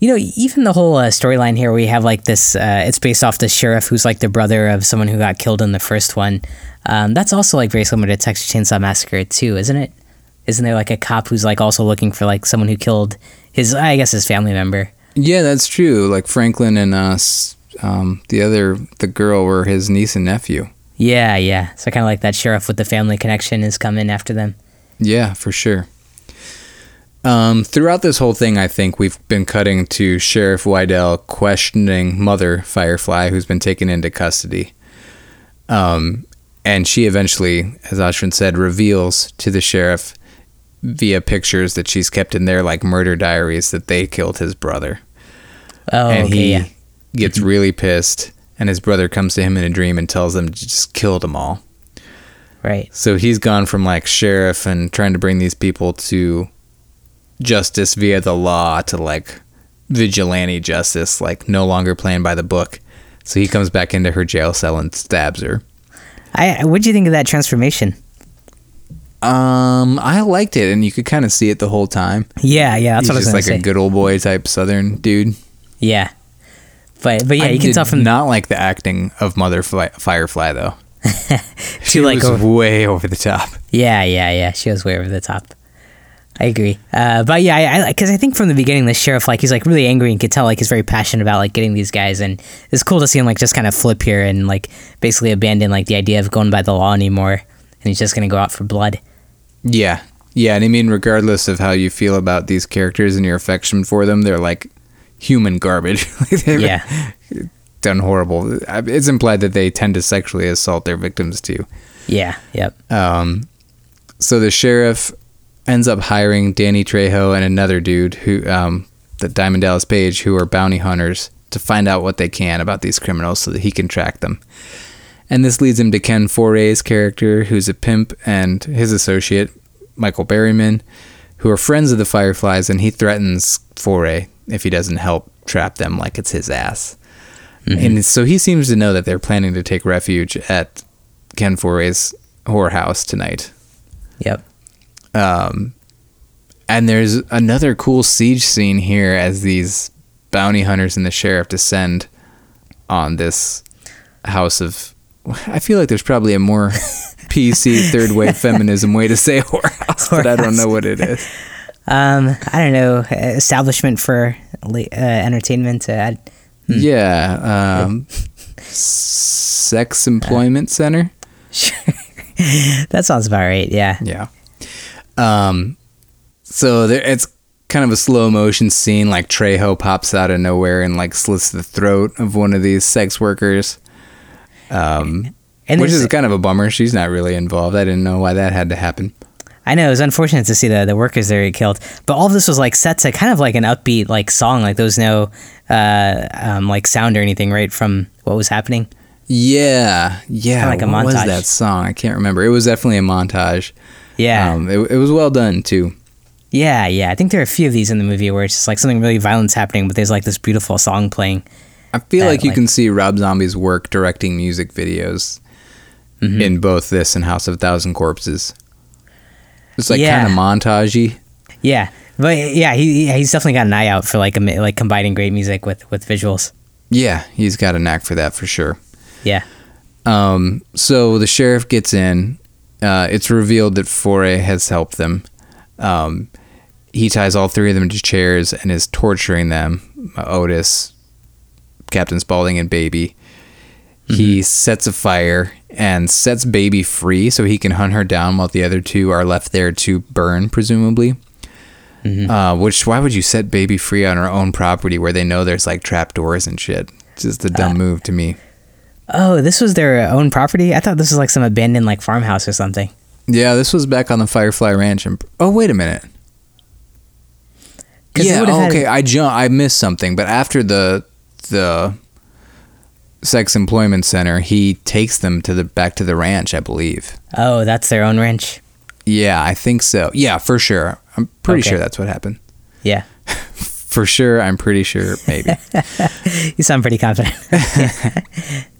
Speaker 2: You know, even the whole uh, storyline here, we have like this. Uh, it's based off the sheriff who's like the brother of someone who got killed in the first one. Um, that's also like very similar to Texas Chainsaw Massacre too, isn't it? Isn't there like a cop who's like also looking for like someone who killed his, I guess, his family member?
Speaker 1: Yeah, that's true. Like Franklin and us, um, the other the girl were his niece and nephew.
Speaker 2: Yeah, yeah. So kind of like that sheriff with the family connection is coming after them.
Speaker 1: Yeah, for sure. Um, throughout this whole thing, I think we've been cutting to Sheriff Wydell questioning Mother Firefly, who's been taken into custody. Um, and she eventually, as Ashwin said, reveals to the sheriff via pictures that she's kept in their like murder diaries that they killed his brother.
Speaker 2: Oh,
Speaker 1: and
Speaker 2: okay,
Speaker 1: he
Speaker 2: yeah. Mm-hmm.
Speaker 1: gets really pissed and his brother comes to him in a dream and tells him to just kill them all
Speaker 2: Right.
Speaker 1: so he's gone from like sheriff and trying to bring these people to justice via the law to like vigilante justice like no longer playing by the book so he comes back into her jail cell and stabs her
Speaker 2: I what do you think of that transformation?
Speaker 1: um i liked it and you could kind of see it the whole time
Speaker 2: Yeah, yeah. That's
Speaker 1: he's
Speaker 2: what I was
Speaker 1: just
Speaker 2: gonna
Speaker 1: like
Speaker 2: say.
Speaker 1: a good old boy type southern dude
Speaker 2: yeah, but but yeah,
Speaker 1: I
Speaker 2: you can
Speaker 1: did
Speaker 2: tell from
Speaker 1: not like the acting of mother Fly- firefly though she
Speaker 2: like,
Speaker 1: was way over the top
Speaker 2: Yeah, yeah, yeah. She was way over the top. I agree. Uh, but yeah, I because I, think from the beginning, the sheriff like he's like really angry and could tell like he's very passionate about like getting these guys, and it's cool to see him like just kind of flip here and like basically abandon like the idea of going by the law anymore, and he's just gonna go out for blood.
Speaker 1: Yeah. Yeah, and I mean regardless of how you feel about these characters and your affection for them, they're like human garbage. like they've
Speaker 2: Yeah,
Speaker 1: done horrible. I- It's implied that they tend to sexually assault their victims too.
Speaker 2: yeah, yep.
Speaker 1: Um, so the sheriff ends up hiring Danny Trejo and another dude who um, the Diamond Dallas Page who are bounty hunters to find out what they can about these criminals so that he can track them. And this leads him to Ken Foray's character, who's a pimp, and his associate, Michael Berryman, who are friends of the Fireflies, and he threatens Foray if he doesn't help trap them like it's his ass. And so he seems to know that they're planning to take refuge at Ken Foray's whorehouse tonight.
Speaker 2: Yep.
Speaker 1: And there's another cool siege scene here as these bounty hunters and the sheriff descend on this house of. I feel like there's probably a more PC third wave feminism way to say whorehouse, but I don't know what it is.
Speaker 2: Um, I don't know establishment for la- uh, entertainment. Uh, I'd-
Speaker 1: Yeah, um, sex employment center.
Speaker 2: sure, that sounds about right. Yeah,
Speaker 1: Yeah. Um, so there, it's kind of a slow motion scene. Like Trejo pops out of nowhere and like slits the throat of one of these sex workers,
Speaker 2: and
Speaker 1: which
Speaker 2: there's-
Speaker 1: is kind of a bummer. She's not really involved. I didn't know why that had to happen.
Speaker 2: I know it was unfortunate to see the the workers there get killed, but all of this was like set to kind of like an upbeat like song. Like there was no uh, um, like sound or anything right from what was happening.
Speaker 1: Yeah, yeah.
Speaker 2: like a
Speaker 1: what was
Speaker 2: montage.
Speaker 1: that song? I can't remember. It was definitely a montage.
Speaker 2: Yeah,
Speaker 1: Um, it, it was well done too.
Speaker 2: yeah, yeah. I think there are a few of these in the movie where it's just like something really violent's happening, but there's like this beautiful song playing.
Speaker 1: I feel
Speaker 2: that,
Speaker 1: like you
Speaker 2: like-
Speaker 1: can see Rob Zombie's work directing music videos
Speaker 2: Mm-hmm.
Speaker 1: in both this and House of a Thousand Corpses. It's like
Speaker 2: Yeah.
Speaker 1: kind of montagey.
Speaker 2: Yeah, but yeah, he he- he's definitely got an eye out for like a, mi- like combining great music with with visuals.
Speaker 1: Yeah, he's got a knack for that for sure.
Speaker 2: Yeah,
Speaker 1: Um, so the sheriff gets in. Uh, it's revealed that Foray has helped them. Um, he ties all three of them to chairs and is torturing them Uh, Otis, Captain Spaulding, and Baby. He sets a fire and sets Baby free so he can hunt her down while the other two are left there to burn, presumably. Uh, which, why would you set Baby free on her own property where they know there's like trapdoors and shit? It's just a dumb move to me.
Speaker 2: Oh, this was their own property. I thought this was like some abandoned like farmhouse or something.
Speaker 1: Yeah, this was back on the Firefly Ranch. And oh, wait a minute.
Speaker 2: 'Cause it
Speaker 1: Yeah.
Speaker 2: would've
Speaker 1: oh,
Speaker 2: had-
Speaker 1: okay. I jump. I missed something. But after the the sex employment center, he takes them to the back to the ranch. I believe.
Speaker 2: Oh, that's their own ranch.
Speaker 1: Yeah, I think so. Yeah, for sure. I'm pretty
Speaker 2: Okay.
Speaker 1: sure that's what happened.
Speaker 2: Yeah,
Speaker 1: For sure. I'm pretty sure. Maybe.
Speaker 2: you sound pretty confident.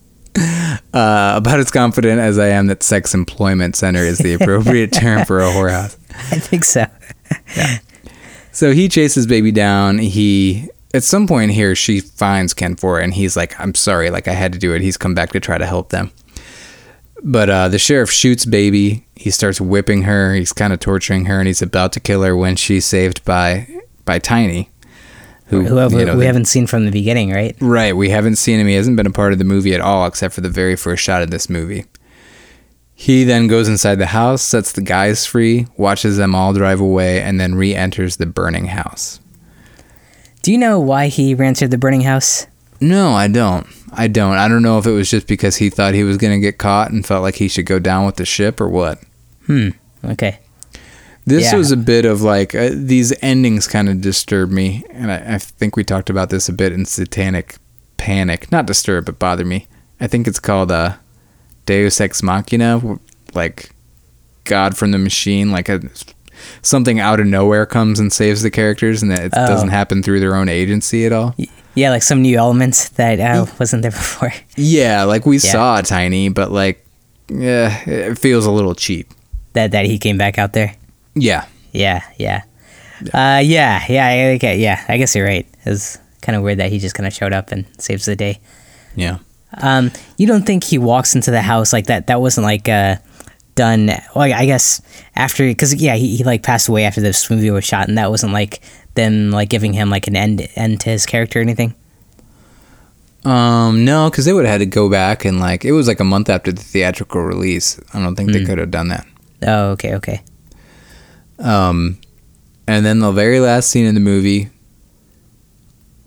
Speaker 1: uh, about as confident as I am that sex employment center is the appropriate term for a whorehouse.
Speaker 2: I think so.
Speaker 1: So he chases baby down. He at some point here she finds Ken for and he's like, "I'm sorry, like I had to do it." He's come back to try to help them, but uh, the sheriff shoots baby. He starts whipping her. He's kind of torturing her, and he's about to kill her when she's saved by by Tiny, who
Speaker 2: Whoever
Speaker 1: Mm-hmm. you know,
Speaker 2: we
Speaker 1: the-
Speaker 2: haven't seen from the beginning, right?
Speaker 1: Right, we haven't seen him. He hasn't been a part of the movie at all, except for the very first shot of this movie. He then goes inside the house, sets the guys free, watches them all drive away, and then re-enters the burning house.
Speaker 2: Do you know why he ran through the burning house?
Speaker 1: No, I don't. I don't. I don't know if it was just because he thought he was going to get caught and felt like he should go down with the ship or what.
Speaker 2: Okay.
Speaker 1: This
Speaker 2: Yeah.
Speaker 1: was a bit of like uh, these endings kind of disturb me, and I, I think we talked about this a bit in Satanic Panic. Not disturb, but bother me. I think it's called uh, Deus Ex Machina, w- like God from the machine, like a something out of nowhere comes and saves the characters, and it
Speaker 2: Oh.
Speaker 1: doesn't happen through their own agency at all.
Speaker 2: Yeah, like some new elements that uh,
Speaker 1: Mm.
Speaker 2: wasn't there before.
Speaker 1: Yeah, like we
Speaker 2: Yeah.
Speaker 1: saw Tiny, but like, yeah, it feels a little cheap.
Speaker 2: That that he came back out there.
Speaker 1: Yeah,
Speaker 2: Yeah, yeah. Uh, yeah, yeah, I- I get- yeah. I guess you're right. It's kind of weird that he just kind of showed up and saves the day.
Speaker 1: yeah.
Speaker 2: Um, you don't think he walks into the house like that? That wasn't like uh, done. Well, I guess after because yeah, he, he like passed away after this movie was shot, and that wasn't like them like giving him like an end end to his character or anything.
Speaker 1: Um, no, because they would have had to go back and like it was like a month after the theatrical release. I don't think they could have done that.
Speaker 2: Oh, okay, okay.
Speaker 1: Um, and then the very last scene in the movie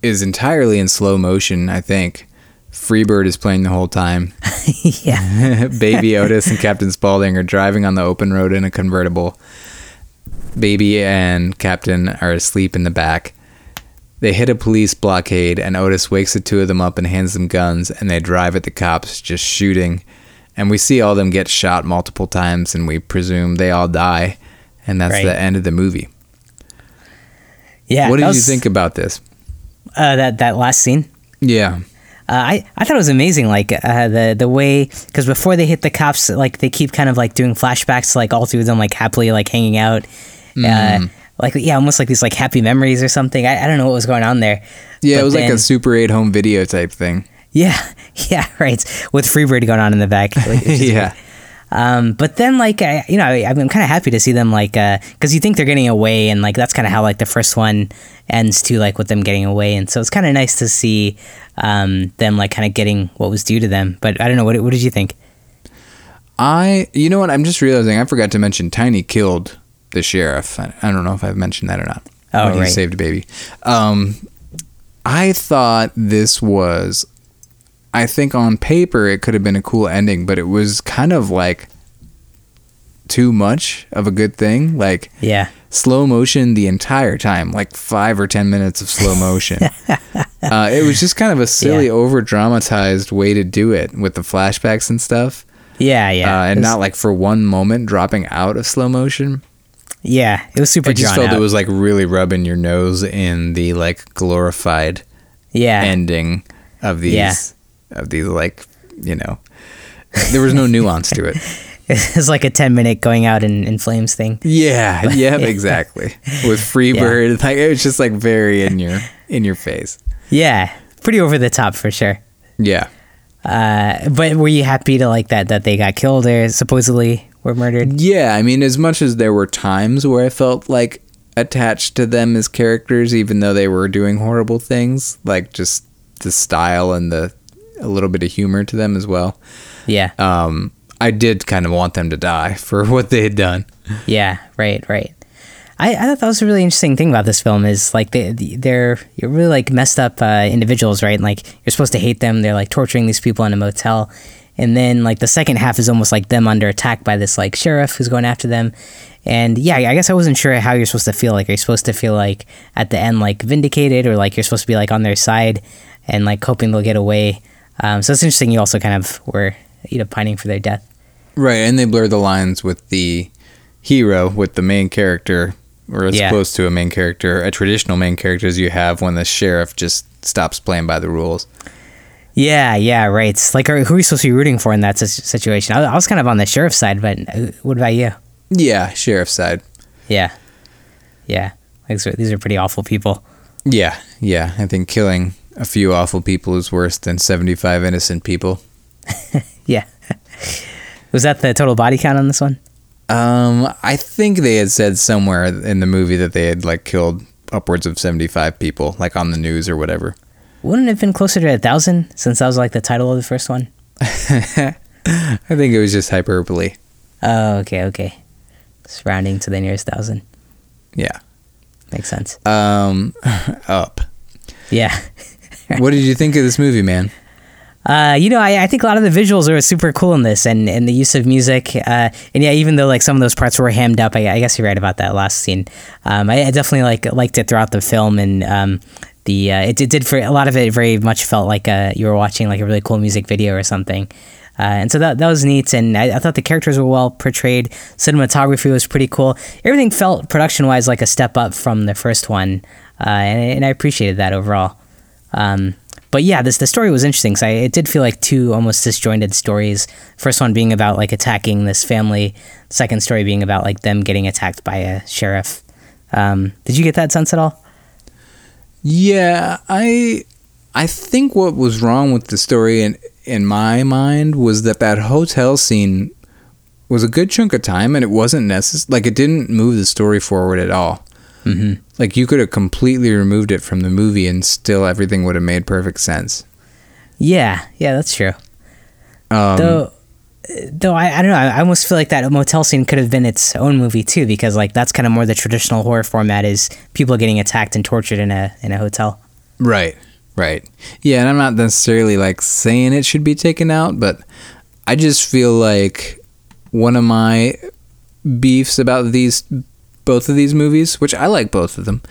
Speaker 1: is entirely in slow motion. I think Freebird is playing the whole time.
Speaker 2: yeah,
Speaker 1: Baby Otis and Captain Spaulding are driving on the open road in a convertible. Baby and Captain are asleep in the back. They hit a police blockade, and Otis wakes the two of them up and hands them guns, and they drive at the cops, just shooting. And we see all them get shot multiple times, and we presume they all die. And that's
Speaker 2: Right.
Speaker 1: the end of the movie.
Speaker 2: yeah.
Speaker 1: what
Speaker 2: that
Speaker 1: did
Speaker 2: was-
Speaker 1: you think about this?
Speaker 2: Uh, that that last scene.
Speaker 1: Yeah.
Speaker 2: Uh, I, I thought it was amazing, like uh, the the way because before they hit the cops, like they keep kind of like doing flashbacks, to, like all three of them like happily like hanging out,
Speaker 1: Mm.
Speaker 2: uh, like yeah, almost like these like happy memories or something. I, I don't know what was going on there.
Speaker 1: Yeah,
Speaker 2: But
Speaker 1: it was like
Speaker 2: then-
Speaker 1: a Super 8 home video type thing.
Speaker 2: yeah, yeah, right. With Freebird going on in the back, like, it's just
Speaker 1: yeah.
Speaker 2: Um, but then like I, you know I, I'm kind of happy to see them like because you think they're getting away and like that's kind of how like the first one ends too like with them getting away and so it's kind of nice to see um, them like kind of getting what was due to them. But I don't know what what did you think?
Speaker 1: I, you know what? I'm just realizing I forgot to mention Tiny killed the sheriff. I, I don't know if I've mentioned that or not.
Speaker 2: Oh,
Speaker 1: When
Speaker 2: right.
Speaker 1: He saved a baby. Um, I thought this was, I think on paper it could have been a cool ending, but it was kind of like too much of a good thing. Like
Speaker 2: Yeah,
Speaker 1: slow motion the entire time, like five or 10 minutes of slow motion. uh, it was just kind of a silly,
Speaker 2: Yeah.
Speaker 1: over dramatized way to do it with the flashbacks and stuff
Speaker 2: yeah, yeah,
Speaker 1: uh,
Speaker 2: It
Speaker 1: and
Speaker 2: was-
Speaker 1: not like for one moment dropping out of slow motion.
Speaker 2: yeah. It was super
Speaker 1: I just
Speaker 2: drawn
Speaker 1: felt
Speaker 2: out.
Speaker 1: it was like really rubbing your nose in the like glorified
Speaker 2: yeah,
Speaker 1: ending of these
Speaker 2: Eh. Yeah.
Speaker 1: of these like you know there was no nuance to it.
Speaker 2: It's like a ten minute going out in, in flames thing.
Speaker 1: Yeah, yeah, exactly. With Freebird, like it was just like very in your in your face.
Speaker 2: Yeah, pretty over the top for sure.
Speaker 1: Yeah.
Speaker 2: Uh, but were you happy to like that that they got killed or supposedly were murdered?
Speaker 1: Yeah, I mean, as much as there were times where I felt like attached to them as characters, even though they were doing horrible things, like just the style and the a little bit of humor to them as well.
Speaker 2: Yeah,
Speaker 1: Um, I did kind of want them to die for what they had done.
Speaker 2: yeah, right, right. I, I thought that was a really interesting thing about this film is like they they're you're really like messed up uh, individuals, right? And like you're supposed to hate them. They're like torturing these people in a motel, and then like the second half is almost like them under attack by this like sheriff who's going after them. And yeah, I guess I wasn't sure how you're supposed to feel. Like, are you supposed to feel like at the end like vindicated, or like you're supposed to be like on their side and like hoping they'll get away? Um, so it's interesting. You also kind of were you know pining for their death.
Speaker 1: Right, and they blur the lines with the hero, with the main character, or as
Speaker 2: Yeah.
Speaker 1: close to a main character, a traditional main character as you have when the sheriff just stops playing by the rules.
Speaker 2: Yeah, yeah, right. It's Like, are, who are you supposed to be rooting for in that s- situation? I, I was kind of on the sheriff's side, but uh, what about you?
Speaker 1: Yeah, sheriff side.
Speaker 2: Yeah, yeah. These are, these are pretty awful people.
Speaker 1: Yeah, yeah. I think killing a few awful people is worse than 75 innocent people.
Speaker 2: Yeah. Was that the total body count on this one?
Speaker 1: Um, I think they had said somewhere in the movie that they had like killed upwards of 75 people, like on the news or whatever.
Speaker 2: Wouldn't it have been closer to a thousand since that was like the title of the first one?
Speaker 1: I think it was just hyperbole.
Speaker 2: Oh, okay, okay. It's rounding to the nearest thousand.
Speaker 1: Yeah.
Speaker 2: Makes sense.
Speaker 1: Um, up.
Speaker 2: Yeah.
Speaker 1: What did you think of this movie, man?
Speaker 2: Uh, you know, I, I think a lot of the visuals are super cool in this, and, and the use of music, uh, and yeah, even though like some of those parts were hammed up, I, I guess you're right about that last scene. Um, I, I definitely like liked it throughout the film, and um, the uh, it, it did for a lot of it very much felt like uh, you were watching like a really cool music video or something. Uh, and so that, that was neat, and I, I thought the characters were well portrayed. Cinematography was pretty cool. Everything felt production wise like a step up from the first one, uh, and, and I appreciated that overall. Um, but yeah, this the story was interesting. So I, it did feel like two almost disjointed stories. First one being about like attacking this family. Second story being about like them getting attacked by a sheriff. Um, did you get that sense at all?
Speaker 1: Yeah, I I think what was wrong with the story in in my mind was that that hotel scene was a good chunk of time and it wasn't necessary. Like it didn't move the story forward at all. Mm-hmm. Like you could have completely removed it from the movie and still everything would have made perfect sense.
Speaker 2: Yeah, yeah, that's true.
Speaker 1: Um,
Speaker 2: though, though I, I don't know. I, I almost feel like that motel scene could have been its own movie too, because like that's kind of more the traditional horror format is people getting attacked and tortured in a in a hotel.
Speaker 1: Right, right. Yeah, and I'm not necessarily like saying it should be taken out, but I just feel like one of my beefs about these both of these movies, which I like both of them,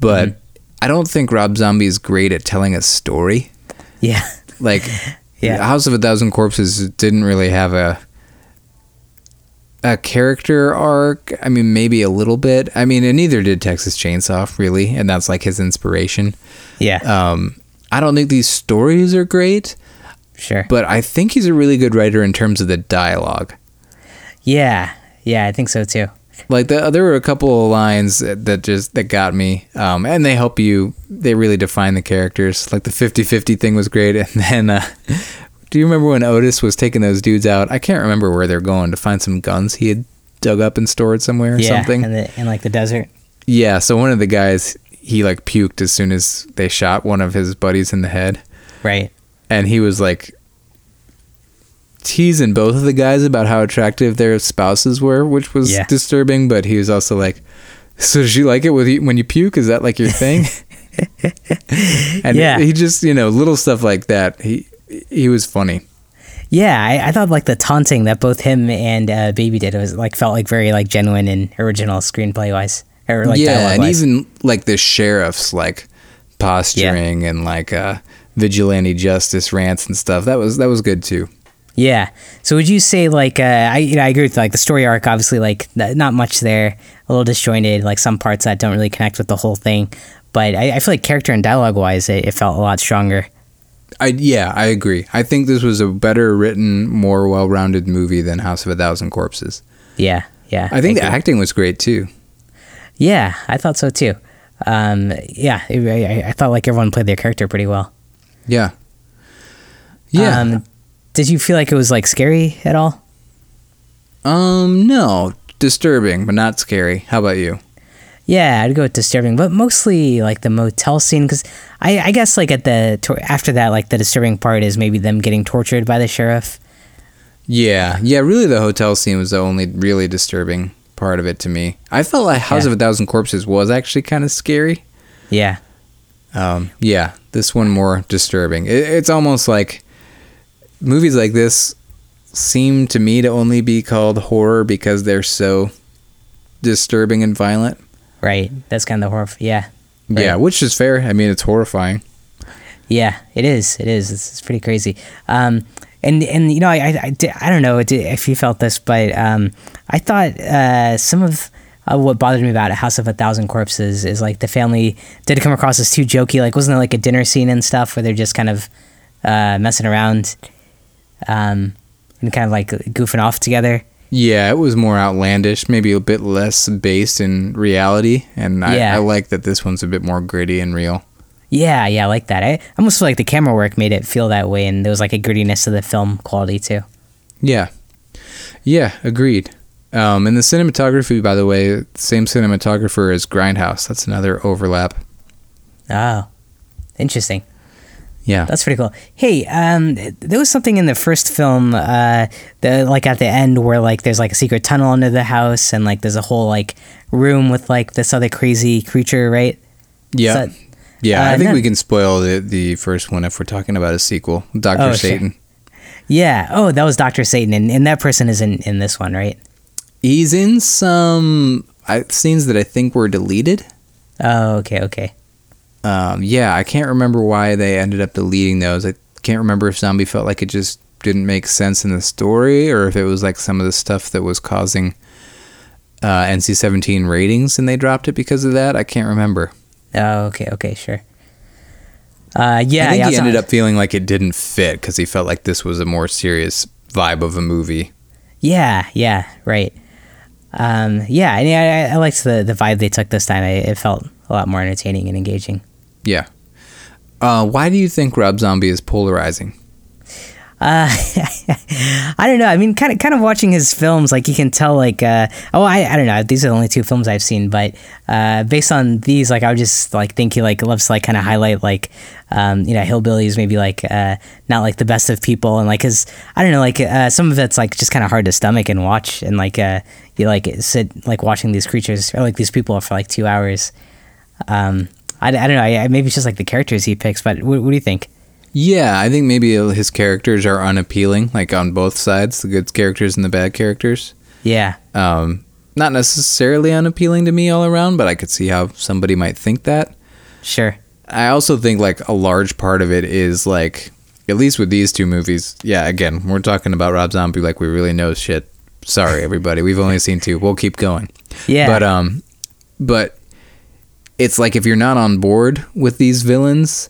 Speaker 1: but I don't think Rob Zombie is great at telling a story.
Speaker 2: Yeah,
Speaker 1: Like
Speaker 2: Yeah.
Speaker 1: House of a Thousand Corpses didn't really have a a character arc. I mean, maybe a little bit. I mean, and neither did Texas Chainsaw, really, and that's like his inspiration.
Speaker 2: yeah,
Speaker 1: Um, I don't think these stories are great,
Speaker 2: sure.
Speaker 1: but I think he's a really good writer in terms of the dialogue.
Speaker 2: yeah, yeah, I think so too.
Speaker 1: Like the, there were a couple of lines that that just that got me, um, and they help you. They really define the characters. Like the 50-50 thing was great, and then uh, do you remember when Otis was taking those dudes out? I can't remember where they're going to find some guns he had dug up and stored somewhere or
Speaker 2: yeah,
Speaker 1: something.
Speaker 2: in the in like the desert.
Speaker 1: yeah, so one of the guys he like puked as soon as they shot one of his buddies in the head.
Speaker 2: Right.
Speaker 1: and he was like teasing both of the guys about how attractive their spouses were, which was
Speaker 2: Yeah.
Speaker 1: disturbing. But he was also like, "So did you like it with you, when you puke? Is that like your thing?" and
Speaker 2: Yeah.
Speaker 1: he just you know little stuff like that. He he was funny.
Speaker 2: Yeah, I, I thought like the taunting that both him and uh, Baby did was like felt like very like genuine and original screenplay wise or like
Speaker 1: yeah,
Speaker 2: dialogue
Speaker 1: and
Speaker 2: wise.
Speaker 1: even like the sheriff's like posturing and like uh, vigilante justice rants and stuff. That was that was good too.
Speaker 2: Yeah. So would you say like uh, I you know I agree with like the story arc obviously like n- not much there a little disjointed like some parts that don't really connect with the whole thing, but I, I feel like character and dialogue wise it, it felt a lot stronger.
Speaker 1: I yeah, I agree. I think this was a better written, more well-rounded movie than House of a Thousand Corpses.
Speaker 2: Yeah, yeah.
Speaker 1: I think the
Speaker 2: agree.
Speaker 1: acting was great too.
Speaker 2: Yeah, I thought so too. Um, yeah, it- I, I- I thought like everyone played their character pretty well.
Speaker 1: Yeah. Yeah.
Speaker 2: Um, did you feel like it was like scary at all?
Speaker 1: Um, no, disturbing, but not scary. How about you?
Speaker 2: Yeah, I'd go with disturbing, but mostly like the motel scene because I, I guess like at the tor- after that, like the disturbing part is maybe them getting tortured by the sheriff.
Speaker 1: Yeah, yeah. Really, the hotel scene was the only really disturbing part of it to me. I felt like House
Speaker 2: Yeah.
Speaker 1: of a Thousand Corpses was actually kind of scary.
Speaker 2: Yeah,
Speaker 1: Um, yeah, this one more disturbing. It, it's almost like movies like this seem to me to only be called horror because they're so disturbing and violent.
Speaker 2: right. That's kind of the horror. Yeah,
Speaker 1: Yeah,
Speaker 2: Right.
Speaker 1: which is fair. I mean, it's horrifying.
Speaker 2: yeah. It is. It is. It's, it's pretty crazy. Um, and and you know I I, I, di- I don't know di- if you felt this, but um, I thought uh, some of. Uh, what bothered me about House of a Thousand Corpses is like the family did come across as too jokey. Like, wasn't there like a dinner scene and stuff where they're just kind of uh, messing around? um, and kind of like goofing off together.
Speaker 1: Yeah, it was more outlandish, maybe a bit less based in reality, and I,
Speaker 2: Yeah.
Speaker 1: I like that this one's a bit more gritty and real.
Speaker 2: Yeah, yeah, I like that. I almost feel like the camera work made it feel that way, and there was like a grittiness to the film quality too.
Speaker 1: Yeah, yeah, agreed. Um, and the cinematography, by the way, same cinematographer as Grindhouse. That's another overlap.
Speaker 2: Oh, interesting.
Speaker 1: Yeah,
Speaker 2: That's pretty cool. Hey, um, th- there was something in the first film, uh, the like at the end where like there's like a secret tunnel under the house, and like there's a whole like room with like this other crazy creature, right?
Speaker 1: yeah,
Speaker 2: that-
Speaker 1: yeah.
Speaker 2: uh,
Speaker 1: I
Speaker 2: and
Speaker 1: think we
Speaker 2: then-
Speaker 1: can spoil the the first one if we're talking about a sequel, Doctor
Speaker 2: Oh, sure.
Speaker 1: Satan.
Speaker 2: Yeah. Oh, that was Doctor Satan, and, and that person is in in this one, right?
Speaker 1: He's in some I, scenes that I think were deleted.
Speaker 2: Oh, okay, okay.
Speaker 1: Um, yeah, I can't remember why they ended up deleting those. I can't remember if Zombie felt like it just didn't make sense in the story or if it was like some of the stuff that was causing uh, NC 17 ratings and they dropped it because of that. I can't remember.
Speaker 2: Oh, okay, okay, sure.
Speaker 1: I
Speaker 2: Uh, yeah,
Speaker 1: think
Speaker 2: yeah,
Speaker 1: he
Speaker 2: it's
Speaker 1: ended
Speaker 2: not-
Speaker 1: up feeling like it didn't fit because he felt like this was a more serious vibe of a movie.
Speaker 2: Yeah, yeah, right. Um, yeah, and yeah, I, I liked the, the vibe they took this time. I, it felt a lot more entertaining and engaging.
Speaker 1: Yeah. Uh, why do you think Rob Zombie is polarizing?
Speaker 2: Uh, I don't know. I mean, kind of, kind of watching his films, like you can tell, like, uh, oh, I, I don't know. These are the only two films I've seen, but uh, based on these, like, I would just like think he like loves to like kind of highlight like, um, you know, hillbillies maybe like uh, not like the best of people, and like his, I don't know, like uh, some of it's like just kind of hard to stomach and watch, and like uh, you like sit like watching these creatures or like these people for like two hours. Um, I, I don't know. I, I- maybe it's just like the characters he picks, but what, what do you think?
Speaker 1: Yeah, I think maybe his characters are unappealing, like on both sides, the good characters and the bad characters.
Speaker 2: Yeah.
Speaker 1: um, not necessarily unappealing to me all around, but I could see how somebody might think that.
Speaker 2: Sure.
Speaker 1: I also think like a large part of it is like, at least with these two movies, yeah, again, we're talking about Rob Zombie like we really know shit. Sorry, everybody, we've only seen two. We'll keep going.
Speaker 2: Yeah.
Speaker 1: But um, but it's like if you're not on board with these villains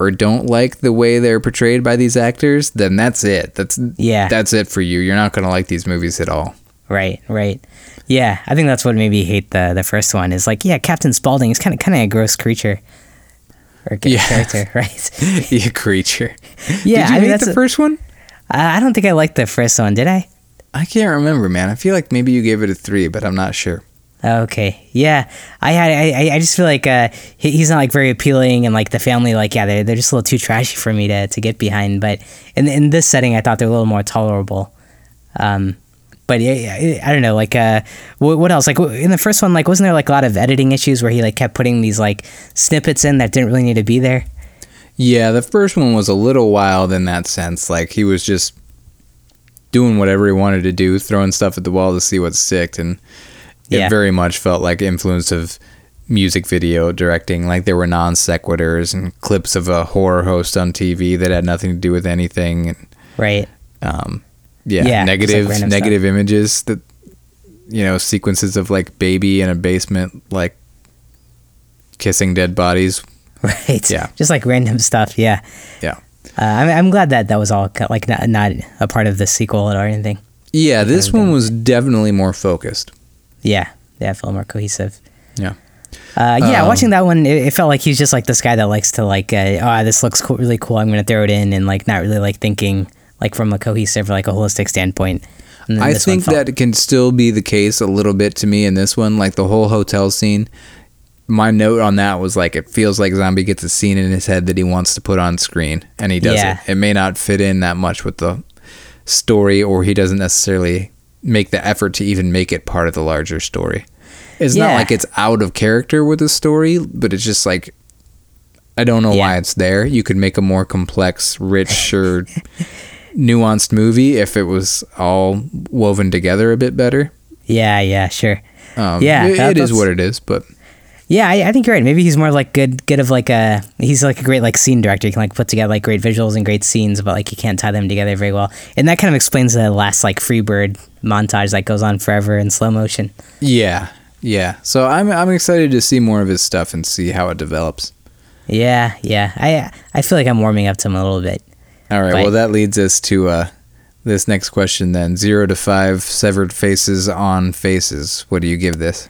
Speaker 1: or don't like the way they're portrayed by these actors, then that's it. That's
Speaker 2: Yeah.
Speaker 1: That's it for you. You're not gonna like these movies at all.
Speaker 2: Right, right. Yeah, I think that's what made me hate the the first one. Is like, yeah, Captain Spaulding is kind of kind of a gross creature or ca-
Speaker 1: Yeah.
Speaker 2: character, right?
Speaker 1: you creature.
Speaker 2: yeah,
Speaker 1: Did you
Speaker 2: I mean,
Speaker 1: hate
Speaker 2: that's
Speaker 1: the
Speaker 2: the
Speaker 1: first one?
Speaker 2: I I don't think I liked the first one, did I?
Speaker 1: I can't remember, man. I feel like maybe you gave it a three, but I'm not sure.
Speaker 2: Okay, yeah, I had I, I- I just feel like uh, he, he's not like very appealing, and like the family, like yeah, they're, they're just a little too trashy for me to, to get behind. But in in this setting, I thought they're a little more tolerable. Um, but yeah, yeah, I don't know, like uh, what, what else? Like wh- in the first one, like wasn't there like a lot of editing issues where he like kept putting these like snippets in that didn't really need to be there?
Speaker 1: Yeah, the first one was a little wild in that sense. Like he was just doing whatever he wanted to do, throwing stuff at the wall to see what sticked, and it
Speaker 2: Yeah.
Speaker 1: very much felt like influence of music video directing. Like there were non sequiturs and clips of a horror host on TV that had nothing to do with anything. And
Speaker 2: Right.
Speaker 1: um, yeah,
Speaker 2: Yeah, just, like,
Speaker 1: negative
Speaker 2: random
Speaker 1: negative images that you know sequences of like baby in a basement like kissing dead bodies.
Speaker 2: Right.
Speaker 1: Yeah.
Speaker 2: Just like random stuff. Yeah.
Speaker 1: Yeah.
Speaker 2: Uh, I'm, I'm glad that that was all cut, like not, not a part of the sequel or anything.
Speaker 1: Yeah, this one was definitely more focused.
Speaker 2: Yeah, yeah, felt more cohesive.
Speaker 1: Yeah.
Speaker 2: Uh, yeah,
Speaker 1: Um,
Speaker 2: watching that one, it, it felt like he's just like this guy that likes to like, uh, oh, this looks cool, really cool. I'm gonna throw it in and like not really like thinking like from a cohesive or like a holistic standpoint. And then
Speaker 1: I
Speaker 2: this one
Speaker 1: think
Speaker 2: felt-
Speaker 1: that it can still be the case a little bit to me in this one, like the whole hotel scene. My note on that was like it feels like Zombie gets a scene in his head that he wants to put on screen and he does
Speaker 2: Yeah.
Speaker 1: it. It may not fit in that much with the story or he doesn't necessarily make the effort to even make it part of the larger story. It's not
Speaker 2: Yeah.
Speaker 1: like it's out of character with the story, but it's just like I don't know why
Speaker 2: Yeah.
Speaker 1: it's there. You could make a more complex, richer, nuanced movie if it was all woven together a bit better.
Speaker 2: yeah, yeah, sure.
Speaker 1: Um,
Speaker 2: Yeah,
Speaker 1: it-
Speaker 2: that-
Speaker 1: it is
Speaker 2: that's-
Speaker 1: what it is. But
Speaker 2: Yeah, I, I think you're right. Maybe he's more like good, good of like a he's like a great like scene director. He can like put together like great visuals and great scenes, but like he can't tie them together very well. And that kind of explains the last like Freebird montage that goes on forever in slow motion.
Speaker 1: yeah, yeah. So I'm I'm excited to see more of his stuff and see how it develops.
Speaker 2: Yeah, yeah. I I feel like I'm warming up to him a little bit.
Speaker 1: All right.
Speaker 2: Right.
Speaker 1: Well, that leads us to uh, this next question then: zero to five severed faces on faces. What do you give this?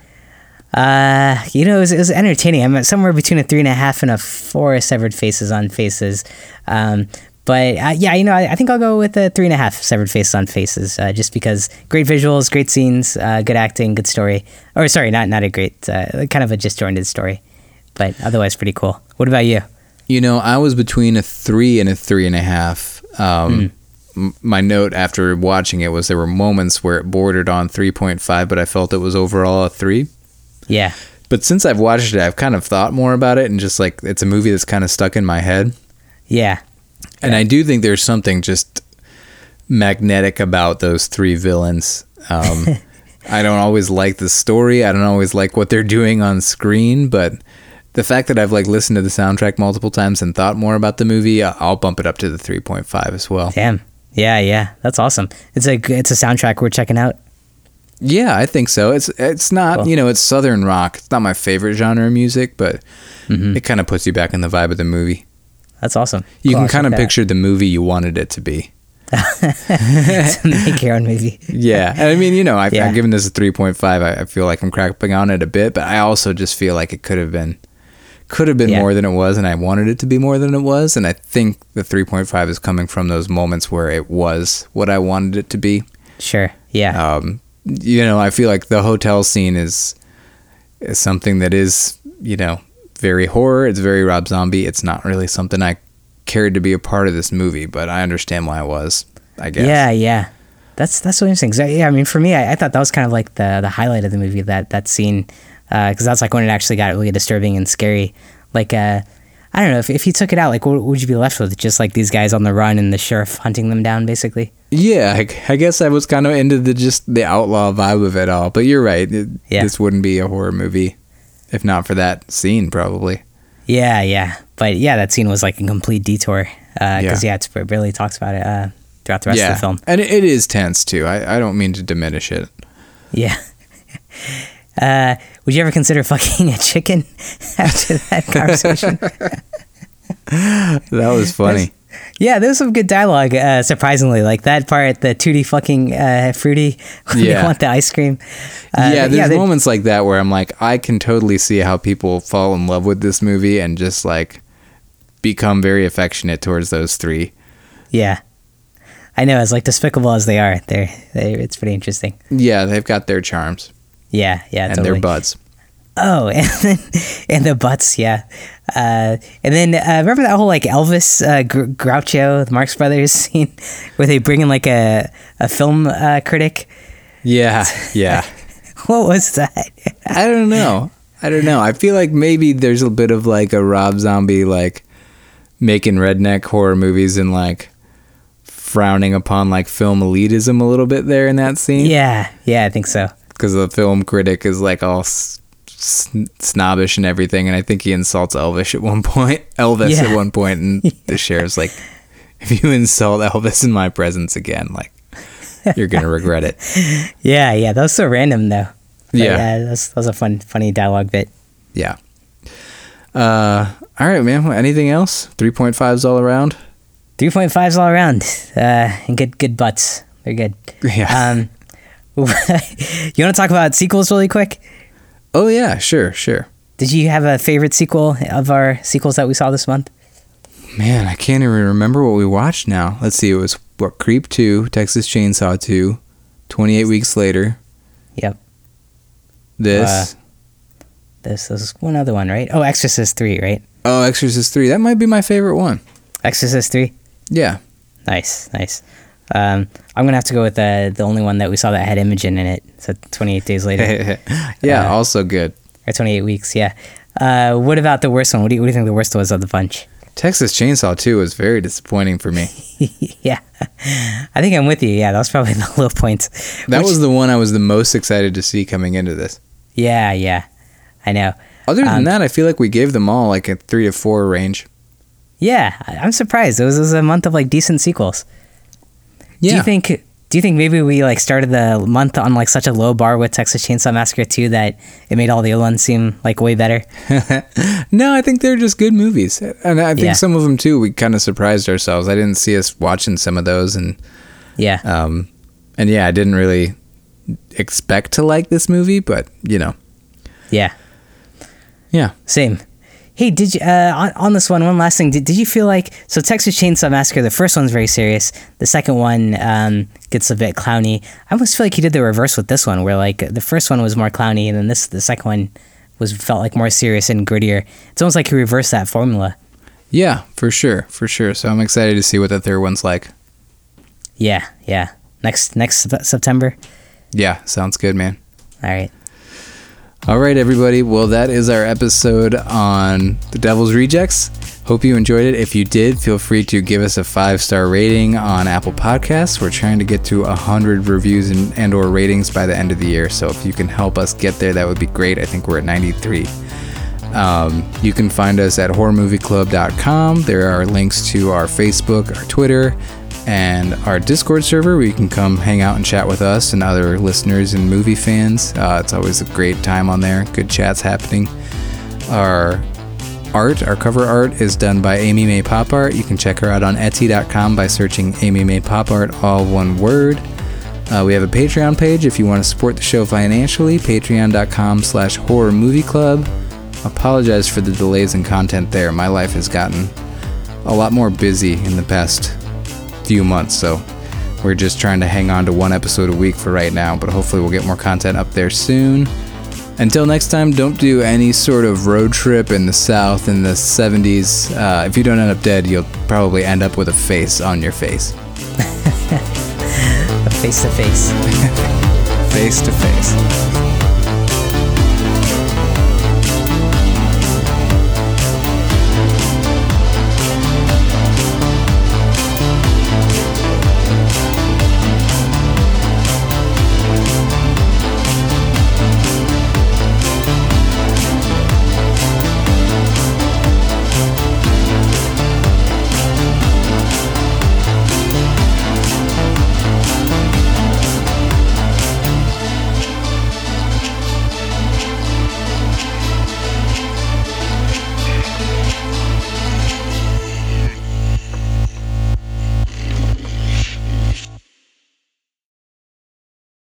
Speaker 2: Uh, you know, it was, it was entertaining. I'm at somewhere between a three and a half and a four severed faces on faces. Um, but uh, yeah, you know, I, I think I'll go with a three and a half severed faces on faces, uh, just because great visuals, great scenes, uh, good acting, good story. Or sorry, not not a great, uh, kind of a disjointed story, but otherwise pretty cool. What about you?
Speaker 1: You know, I was between a three and a three and a half. Um, m- My note after watching it was there were moments where it bordered on 3.5, but I felt it was overall a three.
Speaker 2: Yeah,
Speaker 1: But since I've watched it, I've kind of thought more about it and just like it's a movie that's kind of stuck in my head.
Speaker 2: yeah,
Speaker 1: And I do think there's something just magnetic about those three villains. Um, I don't always like the story. I don't always like what they're doing on screen, but the fact that I've like listened to the soundtrack multiple times and thought more about the movie, I- I'll bump it up to the 3.5 as well.
Speaker 2: damn, yeah, yeah. That's awesome. It's a g- it's a soundtrack we're checking out.
Speaker 1: Yeah, I think so. It's it's not,
Speaker 2: Cool.
Speaker 1: you know, it's southern rock. It's not my favorite genre of music, but it kind of puts you back in the vibe of the movie.
Speaker 2: That's awesome.
Speaker 1: You
Speaker 2: Cool, I'll
Speaker 1: can kind of
Speaker 2: check that
Speaker 1: picture the movie you wanted it to be.
Speaker 2: out. make your own movie.
Speaker 1: Yeah, and I mean, you know, I've,
Speaker 2: Yeah.
Speaker 1: I've given this a three point five. I, I feel like I'm crapping on it a bit, but I also just feel like it could have been, could have been
Speaker 2: Yeah.
Speaker 1: more than it was, and I wanted it to be more than it was, and I think the three point five is coming from those moments where it was what I wanted it to be.
Speaker 2: Sure. Yeah.
Speaker 1: Um, you know, I feel like the hotel scene is, is something that is, you know, very horror. It's very Rob Zombie. It's not really something I cared to be a part of this movie, but I understand why I was. I guess.
Speaker 2: Yeah, yeah. That's that's so interesting. 'Cause I- yeah, I mean, for me, I, I thought that was kind of like the the highlight of the movie that that scene, because that's like when it actually got really disturbing and scary. Like, uh, I don't know if if you took it out, like, what would you be left with? Just like these guys on the run and the sheriff hunting them down, basically.
Speaker 1: Yeah, I, I guess I was kind of into the just the outlaw vibe of it all. But you're right. It,
Speaker 2: Yeah.
Speaker 1: This wouldn't be a horror movie if not for that scene, probably.
Speaker 2: Yeah, yeah. But yeah, that scene was like a complete detour. Because
Speaker 1: Yeah.
Speaker 2: yeah, it's, it really talks about it uh, throughout the rest
Speaker 1: yeah,
Speaker 2: of the film.
Speaker 1: and it, it is tense too. I, I don't mean to diminish it.
Speaker 2: Yeah. Uh, would you ever consider fucking a chicken after that conversation?
Speaker 1: That was funny.
Speaker 2: Yeah, there was some good dialogue. Uh, surprisingly, like that part, the tutti fucking uh, fruity. When
Speaker 1: Yeah.
Speaker 2: they want the ice cream. Uh,
Speaker 1: yeah,
Speaker 2: but
Speaker 1: there's
Speaker 2: they-
Speaker 1: moments like that where I'm like, I can totally see how people fall in love with this movie and just like become very affectionate towards those three.
Speaker 2: Yeah, I know. As like despicable as they are, they're, they it's pretty interesting.
Speaker 1: Yeah, they've got their charms
Speaker 2: Yeah, yeah,
Speaker 1: and
Speaker 2: totally.
Speaker 1: their buds.
Speaker 2: Oh, and then and the butts, yeah. Uh, and then uh, remember that whole like Elvis uh, Gr- Groucho, the Marx Brothers scene, where they bring in like a a film uh, critic.
Speaker 1: Yeah, yeah.
Speaker 2: What was that?
Speaker 1: I don't know. I don't know. I feel like maybe there's a bit of like a Rob Zombie like making redneck horror movies and like frowning upon like film elitism a little bit there in that scene.
Speaker 2: yeah, yeah, I think so.
Speaker 1: Because the film critic is like all s- sn- snobbish and everything, and I think he insults Elvis at one point. Elvis
Speaker 2: Yeah.
Speaker 1: at one point, and the sheriff's like, "If you insult Elvis in my presence again, like." You're gonna regret it.
Speaker 2: Yeah, yeah, that was so random though. But
Speaker 1: Yeah.
Speaker 2: yeah, that's that was a fun, funny dialogue bit.
Speaker 1: Yeah. Uh, all right, man. Anything else? Three point fives all around.
Speaker 2: Three point fives all around, uh, and good good butts. They're good.
Speaker 1: Yeah.
Speaker 2: Um, you want to talk about sequels really quick?
Speaker 1: oh yeah, sure, sure.
Speaker 2: Did you have a favorite sequel of our sequels that we saw this month?
Speaker 1: Man, I can't even remember what we watched now. Let's see, it was what Creep 2, Texas Chainsaw 2, 28 Weeks Later.
Speaker 2: Yep.
Speaker 1: This.
Speaker 2: There's, there's one other one, right? Oh, Exorcist three, right?
Speaker 1: oh, Exorcist 3. That might be my favorite one.
Speaker 2: Exorcist three.
Speaker 1: Yeah.
Speaker 2: Nice, nice. Um, I'm gonna have to go with the the only one that we saw that had Imogen in it. So 28 days later,
Speaker 1: yeah,
Speaker 2: Uh,
Speaker 1: also good.
Speaker 2: or 28 weeks, yeah. Uh, what about the worst one? What do you, what do you think the worst was of the bunch?
Speaker 1: Texas Chainsaw 2 was very disappointing for me.
Speaker 2: yeah, I think I'm with you. Yeah, that was probably the low point.
Speaker 1: That
Speaker 2: Which-
Speaker 1: was the one I was the most excited to see coming into this.
Speaker 2: yeah, yeah. I know.
Speaker 1: Other than
Speaker 2: Um,
Speaker 1: that, I feel like we gave them all like a 3 to 4 range.
Speaker 2: Yeah, I- I'm surprised. It was, it was a month of like decent sequels. Do
Speaker 1: Yeah.
Speaker 2: you think? Do you think maybe we like started the month on like such a low bar with Texas Chainsaw Massacre 2 that it made all the other ones seem like way better?
Speaker 1: no, I think they're just good movies. And I think
Speaker 2: Yeah.
Speaker 1: some of them too we kind of surprised ourselves. I didn't see us watching some of those and
Speaker 2: Yeah.
Speaker 1: Um, and yeah, I didn't really expect to like this movie, but you know,
Speaker 2: Yeah.
Speaker 1: yeah,
Speaker 2: Same. Hey, did you uh, on, on this one? One last thing. Did, did you feel like so Texas Chainsaw Massacre? The first one's very serious. The second one um, gets a bit clowny. I almost feel like he did the reverse with this one, where like the first one was more clowny, and then this the second one was felt like more serious and grittier. It's almost like he reversed that formula.
Speaker 1: yeah, for sure, for sure. So I'm excited to see what the third one's like.
Speaker 2: Yeah, yeah. Next next Sep- September.
Speaker 1: Yeah, sounds good, man.
Speaker 2: All right.
Speaker 1: All right, everybody. Well, that is our episode on The Devil's Rejects. Hope you enjoyed it. If you did, feel free to give us a five star rating on Apple Podcasts. We're trying to get to hundred reviews and, and or ratings by the end of the year. So if you can help us get there, that would be great. I think we're at ninety three. Um, you can find us at horrormovieclub.com. There are links to our Facebook, our Twitter, and our Discord server where you can come hang out and chat with us and other listeners and movie fans. Uh, it's always a great time on there, good chats happening. Our art, our cover art, is done by Amy May Pop Art. You can check her out on Etsy.com by searching Amy May Pop Art, all one word. Uh, we have a Patreon page if you want to support the show financially, patreon.com slash horror movie club. Apologize for the delays in content there. My life has gotten a lot more busy in the past few months, so we're just trying to hang on to one episode a week for right now, but hopefully we'll get more content up there soon. Until next time, don't do any sort of road trip in the South in the 70s. Uh, if you don't end up dead, you'll probably end up with a face on your face.
Speaker 2: Face to face.
Speaker 1: Face to face.